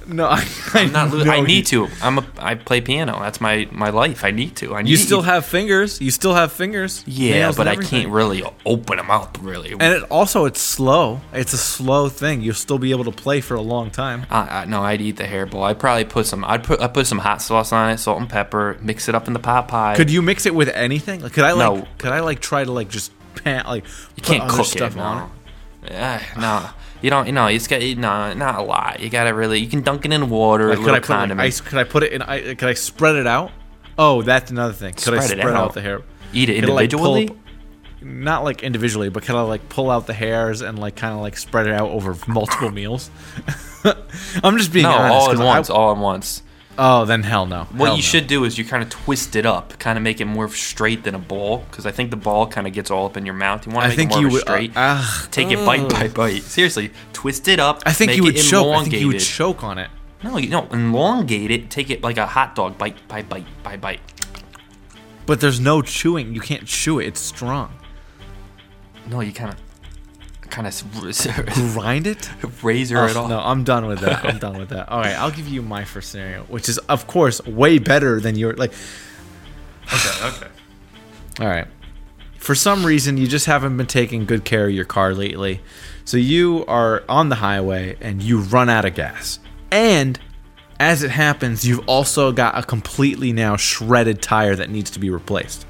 Speaker 2: No, I,
Speaker 3: I'm not. Lo-
Speaker 2: no,
Speaker 3: I
Speaker 2: you-
Speaker 3: need to. I'm a. I play piano. That's my my life. I need to. I need.
Speaker 2: You still have fingers. You still have fingers.
Speaker 3: Yeah,
Speaker 2: nails
Speaker 3: but
Speaker 2: and
Speaker 3: I
Speaker 2: everything.
Speaker 3: can't really open them up. Really.
Speaker 2: And it also, it's slow. It's a slow thing. You'll still be able to play for a long time.
Speaker 3: I, I, no, I'd eat the hairball. I'd probably put some. I'd put. I put some hot sauce on it, salt and pepper. Mix it up in the pot pie.
Speaker 2: Could you mix it with anything? Like, could I like?
Speaker 3: No.
Speaker 2: Could I like try to like just pan like?
Speaker 3: you can't cook it. No. Eh, no. You don't. No. It's got. No. Not a lot. You gotta really. You can dunk it in water.
Speaker 2: Like,
Speaker 3: a
Speaker 2: could I
Speaker 3: little
Speaker 2: put like,
Speaker 3: condiment.
Speaker 2: ice? Could I put it in? I, could I spread it out? Oh, that's another thing. Could I
Speaker 3: Spread it
Speaker 2: spread out.
Speaker 3: out.
Speaker 2: the hair?
Speaker 3: Eat it
Speaker 2: Could I, like, pull
Speaker 3: individually.
Speaker 2: up- not like individually, but could I like pull out the hairs and like kind of like spread it out over multiple meals? I'm just being
Speaker 3: no,
Speaker 2: honest.
Speaker 3: all at
Speaker 2: 'cause I-
Speaker 3: once. all at once.
Speaker 2: Oh, then hell no.
Speaker 3: What
Speaker 2: Hell
Speaker 3: you
Speaker 2: no.
Speaker 3: should do is you kind of twist it up, kind of make it more straight than a ball, because I think the ball kind of gets all up in your mouth. You want to
Speaker 2: I
Speaker 3: make
Speaker 2: think
Speaker 3: it more
Speaker 2: you
Speaker 3: of a
Speaker 2: would-
Speaker 3: straight.
Speaker 2: uh, ah,
Speaker 3: Take it bite by bite. Seriously, twist it up.
Speaker 2: I think
Speaker 3: make
Speaker 2: you would
Speaker 3: it
Speaker 2: choke. I think you would
Speaker 3: elongated.
Speaker 2: choke on it.
Speaker 3: No, you no, elongate it. Take it like a hot dog, bite by bite by bite.
Speaker 2: But there's no chewing. You can't chew it. It's strong.
Speaker 3: No, you kind of, kind of
Speaker 2: Grind it.
Speaker 3: razor it
Speaker 2: Ugh,
Speaker 3: off.
Speaker 2: Oh, No, I'm done with that. I'm done with that. All right, I'll give you my first scenario, which is of course way better than your like.
Speaker 3: Okay, okay.
Speaker 2: All right. For some reason, you just haven't been taking good care of your car lately. So you are on the highway and you run out of gas. And as it happens, you've also got a completely now shredded tire that needs to be replaced.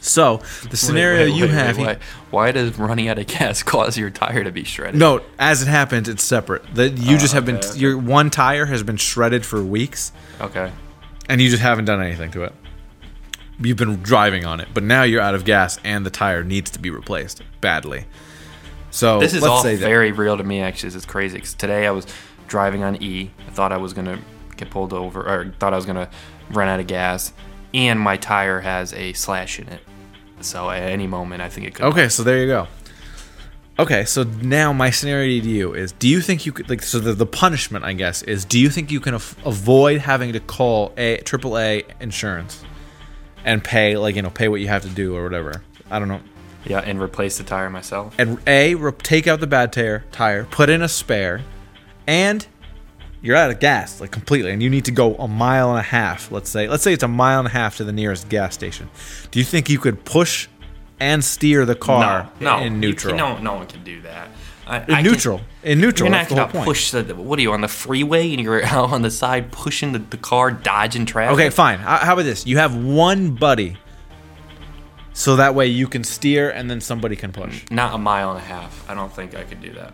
Speaker 2: So the scenario you have.
Speaker 3: Why, why does running out of gas cause your tire to be shredded?
Speaker 2: No, as it happens, it's separate. That you
Speaker 3: Oh,
Speaker 2: just have been your one tire has been shredded for weeks,
Speaker 3: Okay.
Speaker 2: and you just haven't done anything to it. You've been driving on it, but now you're out of gas, and the tire needs to be replaced badly. So
Speaker 3: This is
Speaker 2: let's
Speaker 3: all
Speaker 2: say that.
Speaker 3: very real to me. Actually, this is crazy. 'cause today I was driving on E. I thought I was gonna get pulled over, or thought I was gonna run out of gas, and my tire has a slash in it. So at any moment, I think it could.
Speaker 2: Okay, so there you go. Okay, so now my scenario to you is: Do you think you could like? So the, the punishment, I guess, is: Do you think you can af- avoid having to call a AAA insurance and pay like you know pay what you have to do or whatever? I don't know.
Speaker 3: Yeah, and replace the tire myself.
Speaker 2: and a re- take out the bad tire, tire, put in a spare, and you're out of gas like completely, and you need to go a mile and a half. Let's say, let's say it's a mile and a half to the nearest gas station. Do you think you could push and steer the car
Speaker 3: no,
Speaker 2: in
Speaker 3: you
Speaker 2: neutral?
Speaker 3: can- no, no one can do that. I,
Speaker 2: in neutral, in neutral.
Speaker 3: you're
Speaker 2: That's
Speaker 3: not
Speaker 2: the whole
Speaker 3: gonna
Speaker 2: point.
Speaker 3: push the. What are you on the freeway and you're out on the side pushing the, the car, dodging traffic?
Speaker 2: Okay, fine. How how about this? You have one buddy, so that way you can steer, and then somebody can push.
Speaker 3: not a mile and a half. I don't think I could do that.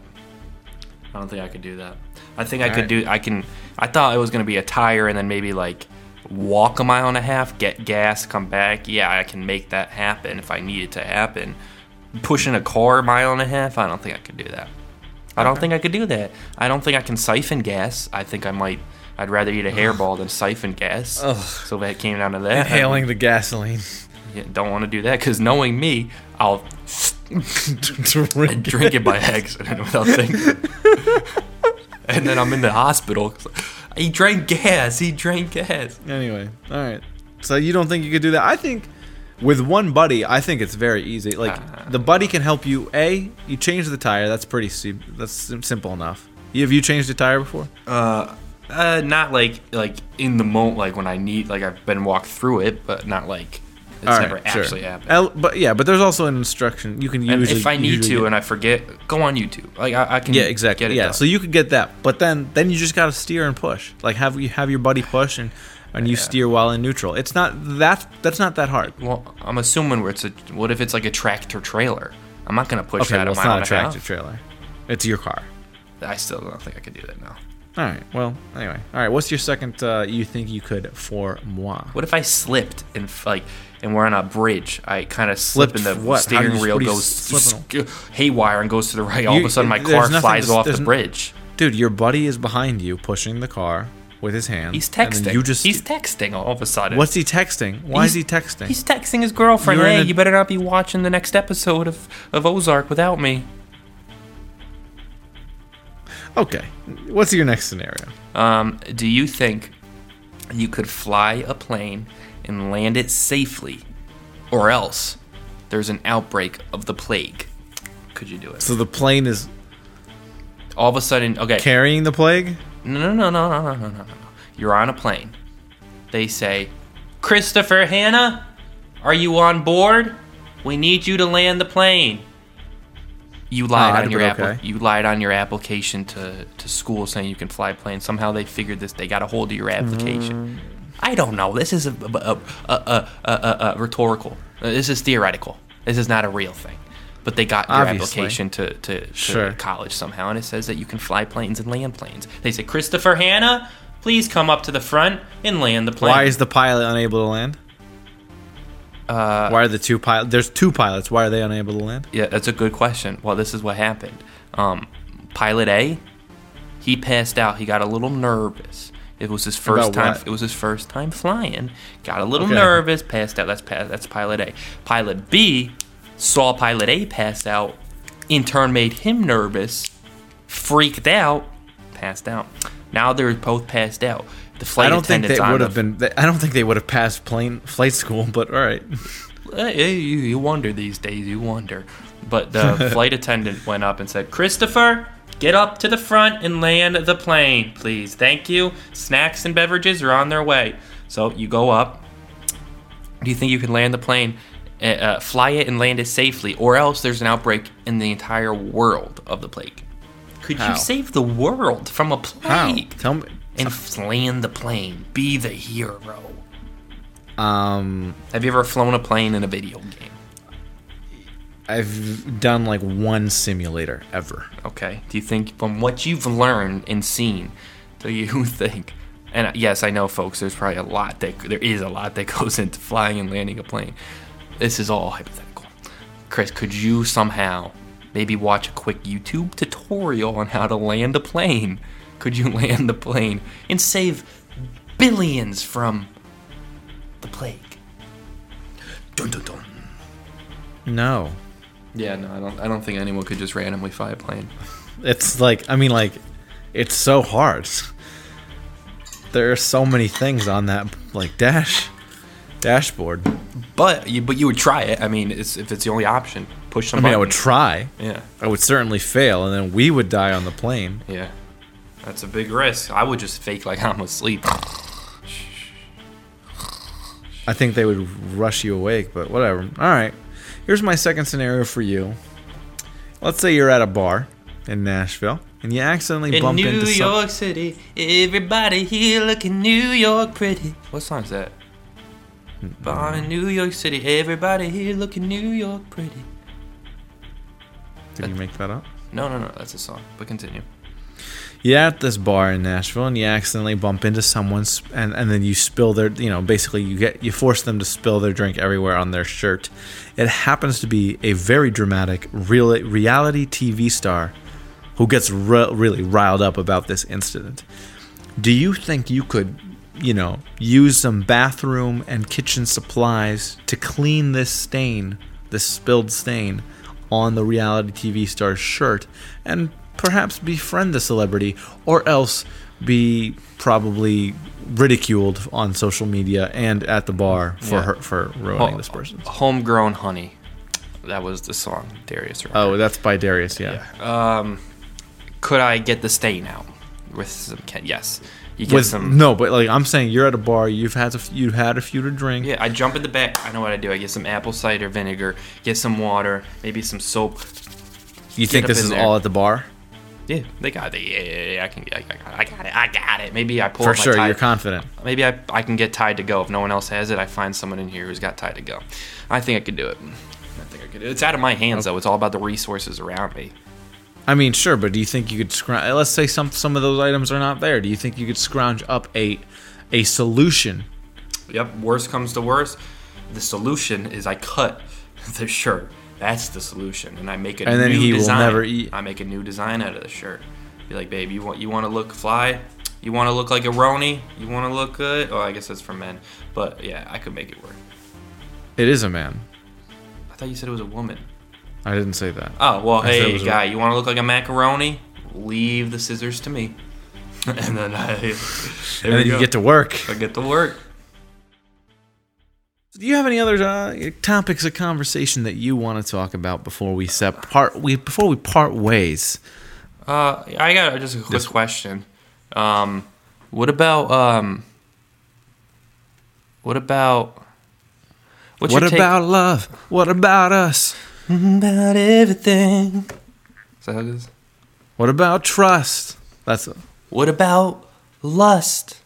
Speaker 3: I don't think I could do that. I think I could
Speaker 2: right.
Speaker 3: do. I can. I thought it was gonna be a tire and then maybe like walk a mile and a half, get gas, come back. Yeah, I can make that happen if I need it to happen. Pushing a car a mile and a half, I don't think I could do that. I don't think I could do that. I don't think I can siphon gas. I think I might I'd rather eat a hairball than siphon gas. So that came down to that.
Speaker 2: Inhaling the gasoline.
Speaker 3: Yeah, don't want to do that because knowing me, I'll
Speaker 2: Drink.
Speaker 3: drink it by accident without thinking. and then I'm in the hospital. He drank gas. He drank gas.
Speaker 2: Anyway, all right. So you don't think you could do that? I think with one buddy, I think it's very easy. Like
Speaker 3: Ah.
Speaker 2: the buddy can help you. A, you change the tire. That's pretty. Sim- that's sim- simple enough. You- Have you changed a tire before?
Speaker 3: Uh, not like like in the moment, like when I need, like I've been walked through it, but not like it's
Speaker 2: All right,
Speaker 3: never
Speaker 2: sure.
Speaker 3: actually happened.
Speaker 2: El- but yeah, but there's also an instruction you can
Speaker 3: and
Speaker 2: usually.
Speaker 3: if I need
Speaker 2: usually
Speaker 3: to
Speaker 2: get-
Speaker 3: and I forget, go on YouTube. Like I, I can.
Speaker 2: yeah, exactly.
Speaker 3: Get it
Speaker 2: yeah,
Speaker 3: done.
Speaker 2: so you could get that, but then then you just gotta steer and push. Like have you have your buddy push and and you steer while in neutral. It's not that that's not that hard.
Speaker 3: well, I'm assuming where it's a. What if it's like a tractor trailer? I'm not gonna push
Speaker 2: Okay,
Speaker 3: that
Speaker 2: well,
Speaker 3: a
Speaker 2: it's
Speaker 3: mile
Speaker 2: not a
Speaker 3: and a
Speaker 2: tractor
Speaker 3: half.
Speaker 2: trailer. It's your car.
Speaker 3: I still don't think I could do that now.
Speaker 2: All right. Well, anyway. All right. What's your second? Uh, you think you could for moi?
Speaker 3: What if I slipped and f- like, and we're on a bridge? I kind of slip
Speaker 2: Slipped
Speaker 3: and the
Speaker 2: what? How do
Speaker 3: steering
Speaker 2: you-
Speaker 3: wheel
Speaker 2: what do you
Speaker 3: goes
Speaker 2: slip
Speaker 3: sk- haywire and goes to the right. All of
Speaker 2: You-
Speaker 3: a sudden, my
Speaker 2: there's
Speaker 3: car
Speaker 2: nothing
Speaker 3: flies
Speaker 2: to-
Speaker 3: off the
Speaker 2: there's n-
Speaker 3: bridge.
Speaker 2: Dude, your buddy is behind you, pushing the car with his hand.
Speaker 3: He's
Speaker 2: and
Speaker 3: texting.
Speaker 2: then you just.
Speaker 3: he's texting all of a sudden.
Speaker 2: what's he texting? Why is he
Speaker 3: He's-
Speaker 2: texting?
Speaker 3: He's texting his girlfriend.
Speaker 2: You're in
Speaker 3: hey,
Speaker 2: a-
Speaker 3: you better not be watching the next episode of, of Ozark without me.
Speaker 2: okay. What's your next scenario?
Speaker 3: Um, do you think you could fly a plane and land it safely, or else there's an outbreak of the plague? Could you do it?
Speaker 2: So the plane is
Speaker 3: All of a sudden, okay.
Speaker 2: carrying the plague.
Speaker 3: No, no, no, no, no, no, no, no, no. You're on a plane. They say, Christopher Hannah, are you on board? We need you to land the plane. You lied
Speaker 2: Ah,
Speaker 3: on
Speaker 2: but
Speaker 3: your apple-
Speaker 2: okay.
Speaker 3: you lied on your application to, to school saying you can fly planes. Somehow they figured this. They got a hold of your
Speaker 2: Mm.
Speaker 3: application. I don't know. This is a, a, a, a, a, a, a rhetorical. Uh, This is theoretical. This is not a real thing. But they got your
Speaker 2: Obviously.
Speaker 3: application to, to, to
Speaker 2: Sure.
Speaker 3: college somehow, and it says that you can fly planes and land planes. They say, Christopher Hanna, please come up to the front and land the plane.
Speaker 2: Why is the pilot unable to land? Uh, why are the two pilots? There's two pilots. Why are they unable to land?
Speaker 3: yeah, that's a good question. Well, this is what happened. Um, pilot A, he passed out. He got a little nervous. It was his first
Speaker 2: About
Speaker 3: time.
Speaker 2: what?
Speaker 3: It was his first time flying. Got a little
Speaker 2: Okay.
Speaker 3: nervous. Passed out. That's pa- that's pilot A. Pilot B saw pilot A passed out. In turn, made him nervous. Freaked out. Passed out. Now they're both passed out. The flight
Speaker 2: I don't think they
Speaker 3: attendants on
Speaker 2: would
Speaker 3: the-
Speaker 2: have been. They, I don't think they would have passed plane flight school. But all right.
Speaker 3: Eh, eh, you, you wonder these days, you wonder. But the flight attendant went up and said, Christopher, get up to the front and land the plane, please. Thank you. Snacks and beverages are on their way. So you go up. Do you think you can land the plane, eh, uh, fly it and land it safely, or else there's an outbreak in the entire world of the plague? Could
Speaker 2: How?
Speaker 3: you save the world from a
Speaker 2: How?
Speaker 3: plague
Speaker 2: Tell me.
Speaker 3: and f- land the plane? Be the hero.
Speaker 2: Um,
Speaker 3: Have you ever flown a plane in a video game?
Speaker 2: I've done like one simulator ever.
Speaker 3: Okay. Do you think, from what you've learned and seen, do you think? And uh, yes, I know, folks. There's probably a lot that there is a lot that goes into flying and landing a plane. This is all hypothetical. Chris, could you somehow maybe watch a quick YouTube tutorial on how to land a plane? Could you land the plane and save billions from the plague? Dun, dun, dun.
Speaker 2: No,
Speaker 3: Yeah, no, I don't. I don't think anyone could just randomly fly a plane.
Speaker 2: it's like I mean, like it's so hard. There are so many things on that like dash dashboard.
Speaker 3: But you, but you would try it. I mean, it's, if it's the only option, push
Speaker 2: I
Speaker 3: some.
Speaker 2: mean, I would
Speaker 3: buttons.
Speaker 2: try.
Speaker 3: Yeah,
Speaker 2: I would certainly fail, and then we would die on the plane.
Speaker 3: yeah, that's a big risk. I would just fake like I'm asleep.
Speaker 2: I think they would rush you awake, but whatever. All right. Here's my second scenario for you. Let's say you're at a bar in Nashville and you accidentally
Speaker 3: In
Speaker 2: bump
Speaker 3: New
Speaker 2: into some-
Speaker 3: York City, everybody here looking New York pretty. What song's that? But I'm in New York City, everybody here looking New York pretty.
Speaker 2: Did you make that up?
Speaker 3: No, no, no, that's a song. But continue.
Speaker 2: You're at this bar in Nashville and you accidentally bump into someone sp- and, and then you spill their, you know, basically you get you force them to spill their drink everywhere on their shirt. It happens to be a very dramatic real, reality TV star who gets re- really riled up about this incident. do you think you could, you know, use some bathroom and kitchen supplies to clean this stain, this spilled stain, on the reality TV star's shirt and perhaps befriend the celebrity or else be probably ridiculed on social media and at the bar for
Speaker 3: Yeah.
Speaker 2: her for ruining
Speaker 3: Ho-
Speaker 2: this person's.
Speaker 3: Oh, Homegrown Honey. That was the song, Darius. Rucker.
Speaker 2: Oh, that's by Darius, yeah.
Speaker 3: Could I get the stain out with some? Can- yes. You get
Speaker 2: With
Speaker 3: some.
Speaker 2: no, but like I'm saying, you're at a bar. You've had a f- you had a few to drink.
Speaker 3: Yeah, I jump in the back. I know what I do. I get some apple cider vinegar, get some water, maybe some soap.
Speaker 2: you think
Speaker 3: up
Speaker 2: this
Speaker 3: in
Speaker 2: is
Speaker 3: there.
Speaker 2: all at the bar?
Speaker 3: Yeah, they got it. Yeah, yeah, yeah, I can. I got, I got it. I got it. Maybe I pull
Speaker 2: For
Speaker 3: up my
Speaker 2: sure,
Speaker 3: tie-
Speaker 2: you're confident.
Speaker 3: Maybe I, I can get tied to go. If no one else has it, I find someone in here who's got tied to go. I think I could do it. I think I could do it. It's out of my hands though. It's all about the resources around me.
Speaker 2: I mean, sure, but do you think you could scrounge? uh, Let's say some some of those items are not there. Do you think you could scrounge up a a solution?
Speaker 3: Yep. Worst comes to worst, the solution is I cut the shirt. That's the solution, and I make a
Speaker 2: And then
Speaker 3: new
Speaker 2: he will
Speaker 3: design.
Speaker 2: never eat-
Speaker 3: I make a new design out of the shirt. Be like, babe, you want you want to look fly? You want to look like a Roni? You want to look good? Oh, I guess that's for men. But yeah, I could make it work.
Speaker 2: It is a man.
Speaker 3: I thought you said it was a woman.
Speaker 2: I didn't say that.
Speaker 3: Oh well,
Speaker 2: I said it
Speaker 3: hey
Speaker 2: was a-
Speaker 3: guy, you want to look like a macaroni? Leave the scissors to me, and then I there
Speaker 2: and then you get to work.
Speaker 3: I get to work.
Speaker 2: Do you have any other uh, topics of conversation that you want to talk about before we set part we before we part ways?
Speaker 3: Uh, I got just a quick question. Um, what about um, what about what's
Speaker 2: What
Speaker 3: your take-
Speaker 2: about love? What about us?
Speaker 4: About everything.
Speaker 3: Is that how it is?
Speaker 2: What about trust? That's
Speaker 4: What about lust?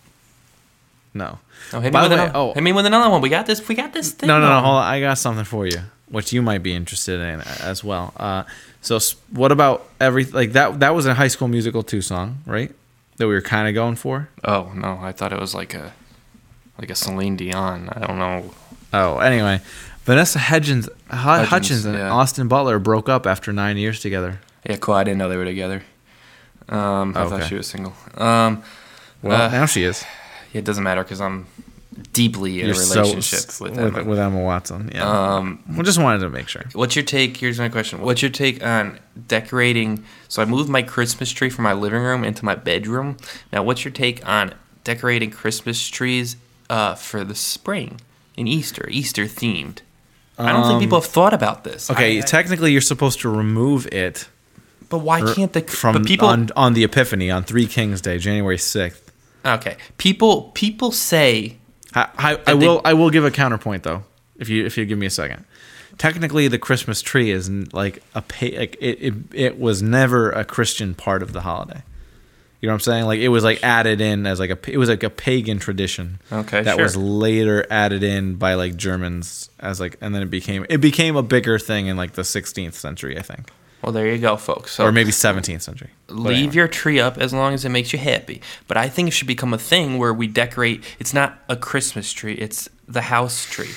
Speaker 2: no.
Speaker 3: Oh, hit me
Speaker 2: By
Speaker 3: with
Speaker 2: the way,
Speaker 3: another,
Speaker 2: oh.
Speaker 3: hit me with another one. We got this. We got this thing.
Speaker 2: No, no, no.
Speaker 3: on.
Speaker 2: Hold on. I got something for you, which you might be interested in as well. Uh, so, s- what about every like that? That was a High School Musical two song, right? That we were kind of going for.
Speaker 3: Oh no, I thought it was like a like a Celine Dion. I don't know.
Speaker 2: Oh, anyway, Vanessa Hudgens, Hu- Hutchins, and
Speaker 3: yeah.
Speaker 2: Austin Butler broke up after nine years together.
Speaker 3: Yeah, cool. I didn't know they were together. Um, I thought
Speaker 2: Okay.
Speaker 3: she was single. Um,
Speaker 2: Well,
Speaker 3: Uh,
Speaker 2: now she is.
Speaker 3: it doesn't matter because I'm deeply in
Speaker 2: You're
Speaker 3: a
Speaker 2: so-
Speaker 3: relationship
Speaker 2: s-
Speaker 3: with
Speaker 2: with,
Speaker 3: Emma.
Speaker 2: with Emma Watson. Yeah.
Speaker 3: um,
Speaker 2: we just wanted to make sure.
Speaker 3: What's your take? Here's my question. What's your take on decorating? So I moved my Christmas tree from my living room into my bedroom. Now, what's your take on decorating Christmas trees uh, for the spring and Easter, Easter themed? I don't think people have thought about this.
Speaker 2: Um, Okay,
Speaker 3: I- I-
Speaker 2: technically, you're supposed to remove it
Speaker 3: but why
Speaker 2: er
Speaker 3: can't the
Speaker 2: from
Speaker 3: but people?
Speaker 2: on on the Epiphany on Three Kings Day, January sixth.
Speaker 3: okay, people people say
Speaker 2: I, I, I will I will give a counterpoint though if you if you give me a second. Technically, the Christmas tree is n- like a pa- like it, it it was never a Christian part of the holiday. You know what I'm saying? Like it was like added in as like a pa- it was like a pagan tradition.
Speaker 3: Okay,
Speaker 2: that was
Speaker 3: sure.
Speaker 2: later added in by like Germans as like and then it became it became a bigger thing in like the 16th century I think
Speaker 3: Well, there you go, folks. So
Speaker 2: or maybe 17th century. But
Speaker 3: leave
Speaker 2: anyway.
Speaker 3: your tree up as long as it makes you happy. But I think it should become a thing where we decorate. It's not a Christmas tree; it's the house tree.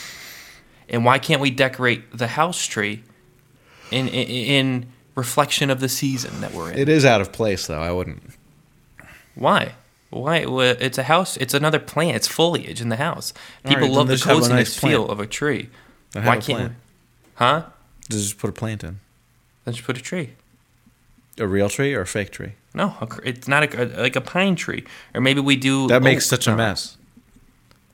Speaker 3: And why can't we decorate the house tree in in, in reflection of the season that we're in?
Speaker 2: it is out of place though. I wouldn't.
Speaker 3: why? Why? Well, It's a house. It's another plant. It's foliage in the house. People
Speaker 2: then
Speaker 3: love the
Speaker 2: just have a
Speaker 3: coziness
Speaker 2: nice plant.
Speaker 3: feel of a tree.
Speaker 2: Then
Speaker 3: Why
Speaker 2: have a
Speaker 3: can't?
Speaker 2: plant.
Speaker 3: We, huh?
Speaker 2: Just put a plant in.
Speaker 3: Then just put a tree.
Speaker 2: A real tree or a fake tree?
Speaker 3: No, a cr- it's not a, like a pine tree, or maybe we do
Speaker 2: That makes
Speaker 3: oak
Speaker 2: such a
Speaker 3: now.
Speaker 2: mess.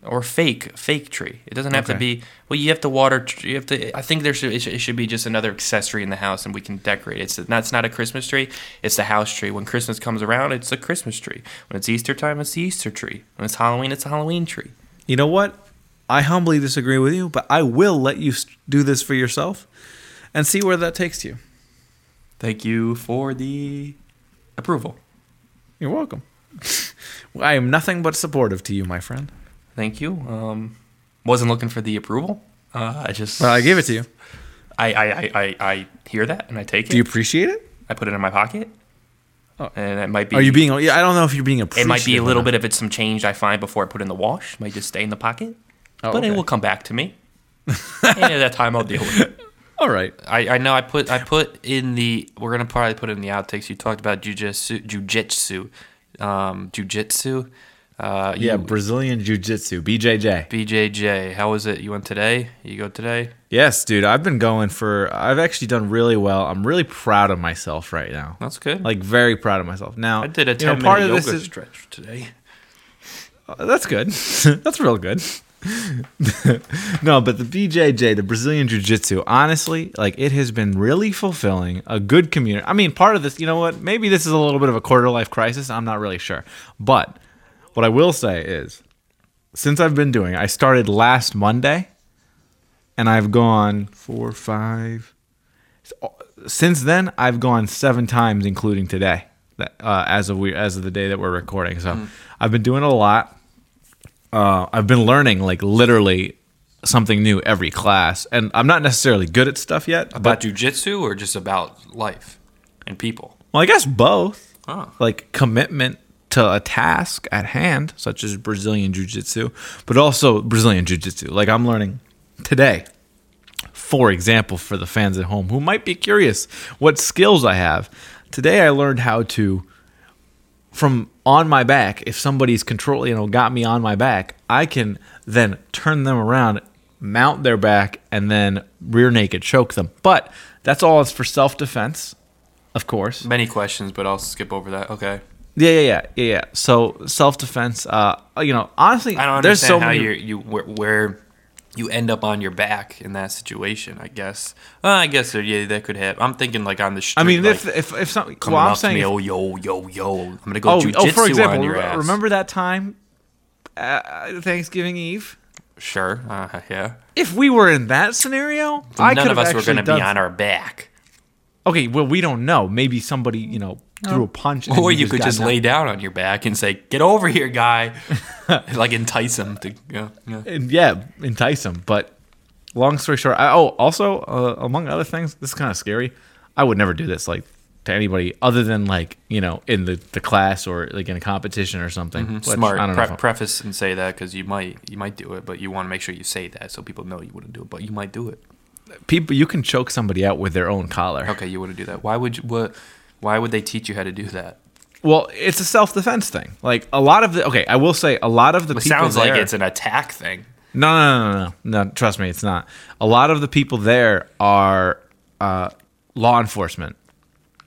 Speaker 3: or fake fake tree. It doesn't have to
Speaker 2: Okay.
Speaker 3: be. Well, you have to water. tr- You have to. I think there should it, should. it should be just another accessory in the house, and we can decorate. it. It's not. It's not a Christmas tree. It's the house tree. When Christmas comes around, it's a Christmas tree. When it's Easter time, it's the Easter tree. When it's Halloween, it's a Halloween tree.
Speaker 2: you know what? I humbly disagree with you, but I will let you s- do this for yourself and see where that takes you.
Speaker 3: Thank you for the approval.
Speaker 2: You're welcome. I am nothing but supportive to you, my friend.
Speaker 3: Thank you. Um, wasn't looking for the approval. Uh, I just.
Speaker 2: But I give it to you.
Speaker 3: I, I, I, I, I hear that and I take
Speaker 2: Do
Speaker 3: it.
Speaker 2: you appreciate it?
Speaker 3: I put it in my pocket.
Speaker 2: Oh.
Speaker 3: And it might be.
Speaker 2: Are you being? Yeah, I don't know if you're being appreciative.
Speaker 3: It might be a
Speaker 2: or
Speaker 3: little
Speaker 2: not.
Speaker 3: bit of it's some change I find before I put in the wash. Might just stay in the pocket,
Speaker 2: Oh,
Speaker 3: but it
Speaker 2: okay.
Speaker 3: will come back to me. and at that time, I'll deal with it.
Speaker 2: All right.
Speaker 3: I, I know I put I put in the we're gonna probably put in the outtakes. You talked about jujitsu, jujitsu, um, jujitsu. Uh, you-
Speaker 2: Yeah, Brazilian Jiu Jitsu, BJJ.
Speaker 3: BJJ. How was it? You went today? You go today?
Speaker 2: Yes, dude, I've been going for, I've actually done really well. I'm really proud of myself right now.
Speaker 3: That's good.
Speaker 2: Like, very proud of myself. Now,
Speaker 3: I did a
Speaker 2: you know,
Speaker 3: ten
Speaker 2: part
Speaker 3: minute
Speaker 2: of this
Speaker 3: yoga
Speaker 2: is-
Speaker 3: stretch today.
Speaker 2: Uh, That's good. That's real good. no, but the BJJ, the Brazilian Jiu Jitsu, honestly, like it has been really fulfilling. A good community. I mean, part of this, you know what? Maybe this is a little bit of a quarter life crisis. I'm not really sure. But what I will say is, since I've been doing, it, I started last Monday, and I've gone four, five. Since then, I've gone seven times, including today, that, uh, as of we as of the day that we're recording. So I've been doing a lot uh, I've been learning like literally something new every class, and I'm not necessarily good at stuff yet.
Speaker 3: About
Speaker 2: But
Speaker 3: jujitsu or just about life and people?
Speaker 2: well, I guess both,
Speaker 3: Oh.
Speaker 2: like commitment to a task at hand, such as Brazilian jiu-jitsu, but also Brazilian jiu-jitsu. Like I'm learning today, for example, for the fans at home who might be curious what skills I have. Today, I learned how to from on my back, if somebody's control, you know, got me on my back, I can then turn them around, mount their back, and then rear naked choke them. But that's all it's for self defense, of course.
Speaker 3: Many questions, but I'll skip over that. Okay.
Speaker 2: Yeah, yeah, yeah, yeah. yeah. So self defense. Uh, you know, honestly,
Speaker 3: I don't
Speaker 2: there's
Speaker 3: understand
Speaker 2: so
Speaker 3: how
Speaker 2: many.
Speaker 3: you you where, where you end up on your back in that situation. I guess. Well, I guess there, yeah, that could happen. I'm thinking like on the street.
Speaker 2: I mean,
Speaker 3: like,
Speaker 2: if if if something.
Speaker 3: coming
Speaker 2: Well, I'm
Speaker 3: up to
Speaker 2: saying
Speaker 3: me,
Speaker 2: if
Speaker 3: oh yo yo yo, I'm gonna go
Speaker 2: oh,
Speaker 3: jujitsu
Speaker 2: oh, for example,
Speaker 3: on your
Speaker 2: re-
Speaker 3: ass.
Speaker 2: remember that time, uh, Thanksgiving Eve.
Speaker 3: Sure. Uh, yeah.
Speaker 2: If we were in that scenario, I could
Speaker 3: None of
Speaker 2: have
Speaker 3: us were
Speaker 2: actually
Speaker 3: gonna
Speaker 2: done
Speaker 3: be on our back.
Speaker 2: Okay, well, we don't know. Maybe somebody, you know, threw a punch. and
Speaker 3: Or you could
Speaker 2: got
Speaker 3: just
Speaker 2: knocked-
Speaker 3: lay down on your back and say, "Get over here, guy," like entice him to. Yeah, yeah.
Speaker 2: And yeah, entice them. But long story short, I, oh, also, uh, among other things, this is kind of scary. I would never do this, like, to anybody other than, like, you know, in the, the class or, like, in a competition or something. which
Speaker 3: Mm-hmm. Smart.
Speaker 2: I don't know
Speaker 3: Pre-
Speaker 2: if I'm-
Speaker 3: preface and say that because you might you might do it, but you want to make sure you say that so people know you wouldn't do it, but you might do it.
Speaker 2: people, you can choke somebody out with their own collar.
Speaker 3: Okay, you wouldn't do that. Why would you, what? Why would they teach you how to do that?
Speaker 2: Well, it's a self defense thing. Like, a lot of the, okay, I will say, a lot of the
Speaker 3: It
Speaker 2: people.
Speaker 3: sounds like
Speaker 2: there-
Speaker 3: it's an attack thing.
Speaker 2: No, no, no, no, no. No, trust me, it's not. A lot of the people there are uh, law enforcement,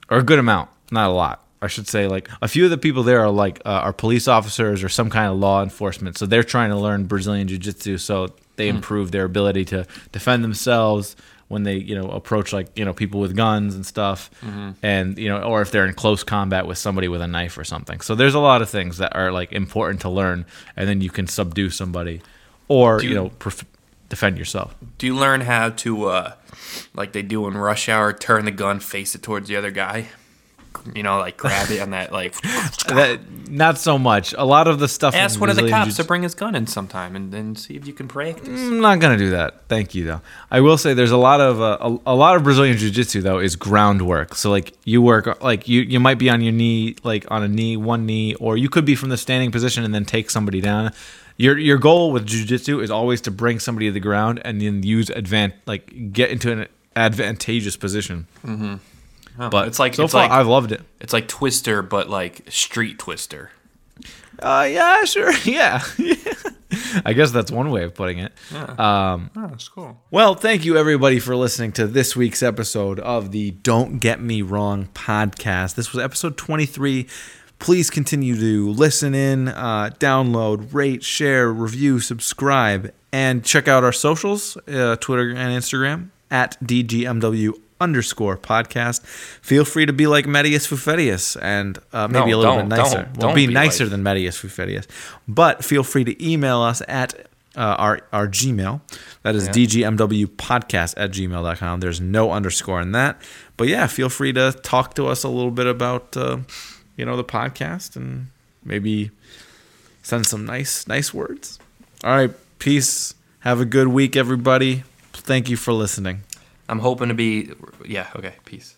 Speaker 2: or a good amount, not a lot. I should say, like a few of the people there are like uh, are police officers or some kind of law enforcement. So they're trying to learn Brazilian jiu-jitsu, so they
Speaker 3: Hmm.
Speaker 2: improve their ability to defend themselves when they, you know, approach like you know people with guns and stuff,
Speaker 3: Mm-hmm.
Speaker 2: and you know, or if they're in close combat with somebody with a knife or something. So there's a lot of things that are like important to learn, and then you can subdue somebody or you,
Speaker 3: you-
Speaker 2: know prof- defend yourself.
Speaker 3: Do you learn how to, uh, like they do in Rush Hour, turn the gun, face it towards the other guy? You know, like grab it on that, like
Speaker 2: That not so much. A lot of the stuff. in
Speaker 3: ask one of the cops
Speaker 2: Brazilian
Speaker 3: to
Speaker 2: jiu-jitsu-
Speaker 3: bring his gun in sometime and then see if you can practice.
Speaker 2: Mm, I'm not gonna do that. Thank you though. I will say there's a lot of uh, a, a lot of Brazilian jiu-jitsu though is groundwork. So like you work like you you might be on your knee like on a knee one knee or you could be from the standing position and then take somebody down. Your your goal with jiu-jitsu is always to bring somebody to the ground and then use advan like get into an advantageous position.
Speaker 3: Huh.
Speaker 2: But
Speaker 3: Mm-hmm. it's like
Speaker 2: so
Speaker 3: it's
Speaker 2: far
Speaker 3: like
Speaker 2: I've loved it.
Speaker 3: it's like Twister, but like Street Twister.
Speaker 2: Uh, yeah, sure, yeah. I guess that's one way of putting it. Um,
Speaker 3: Oh, that's cool.
Speaker 2: Well, thank you everybody for listening to this week's episode of the Don't Get Me Wrong podcast. This was episode 23. Please continue to listen in, uh, download, rate, share, review, subscribe, and check out our socials uh, Twitter and Instagram at DGMW underscore podcast. Feel free to be like Medius Fufetius and uh, maybe
Speaker 3: No,
Speaker 2: a little
Speaker 3: don't,
Speaker 2: bit nicer.
Speaker 3: don't,
Speaker 2: well,
Speaker 3: don't
Speaker 2: be,
Speaker 3: be
Speaker 2: nicer
Speaker 3: like-
Speaker 2: than Medius Fufetius. But feel free to email us at uh, our, our Gmail. That is dgmwpodcast at gmail.com. There's no underscore in that. But yeah, feel free to talk to us a little bit about, uh, you know, the podcast and maybe send some nice, nice words. All right. Peace. Have a good week, everybody. Thank you for listening.
Speaker 3: I'm hoping to be. Yeah. Okay. Peace.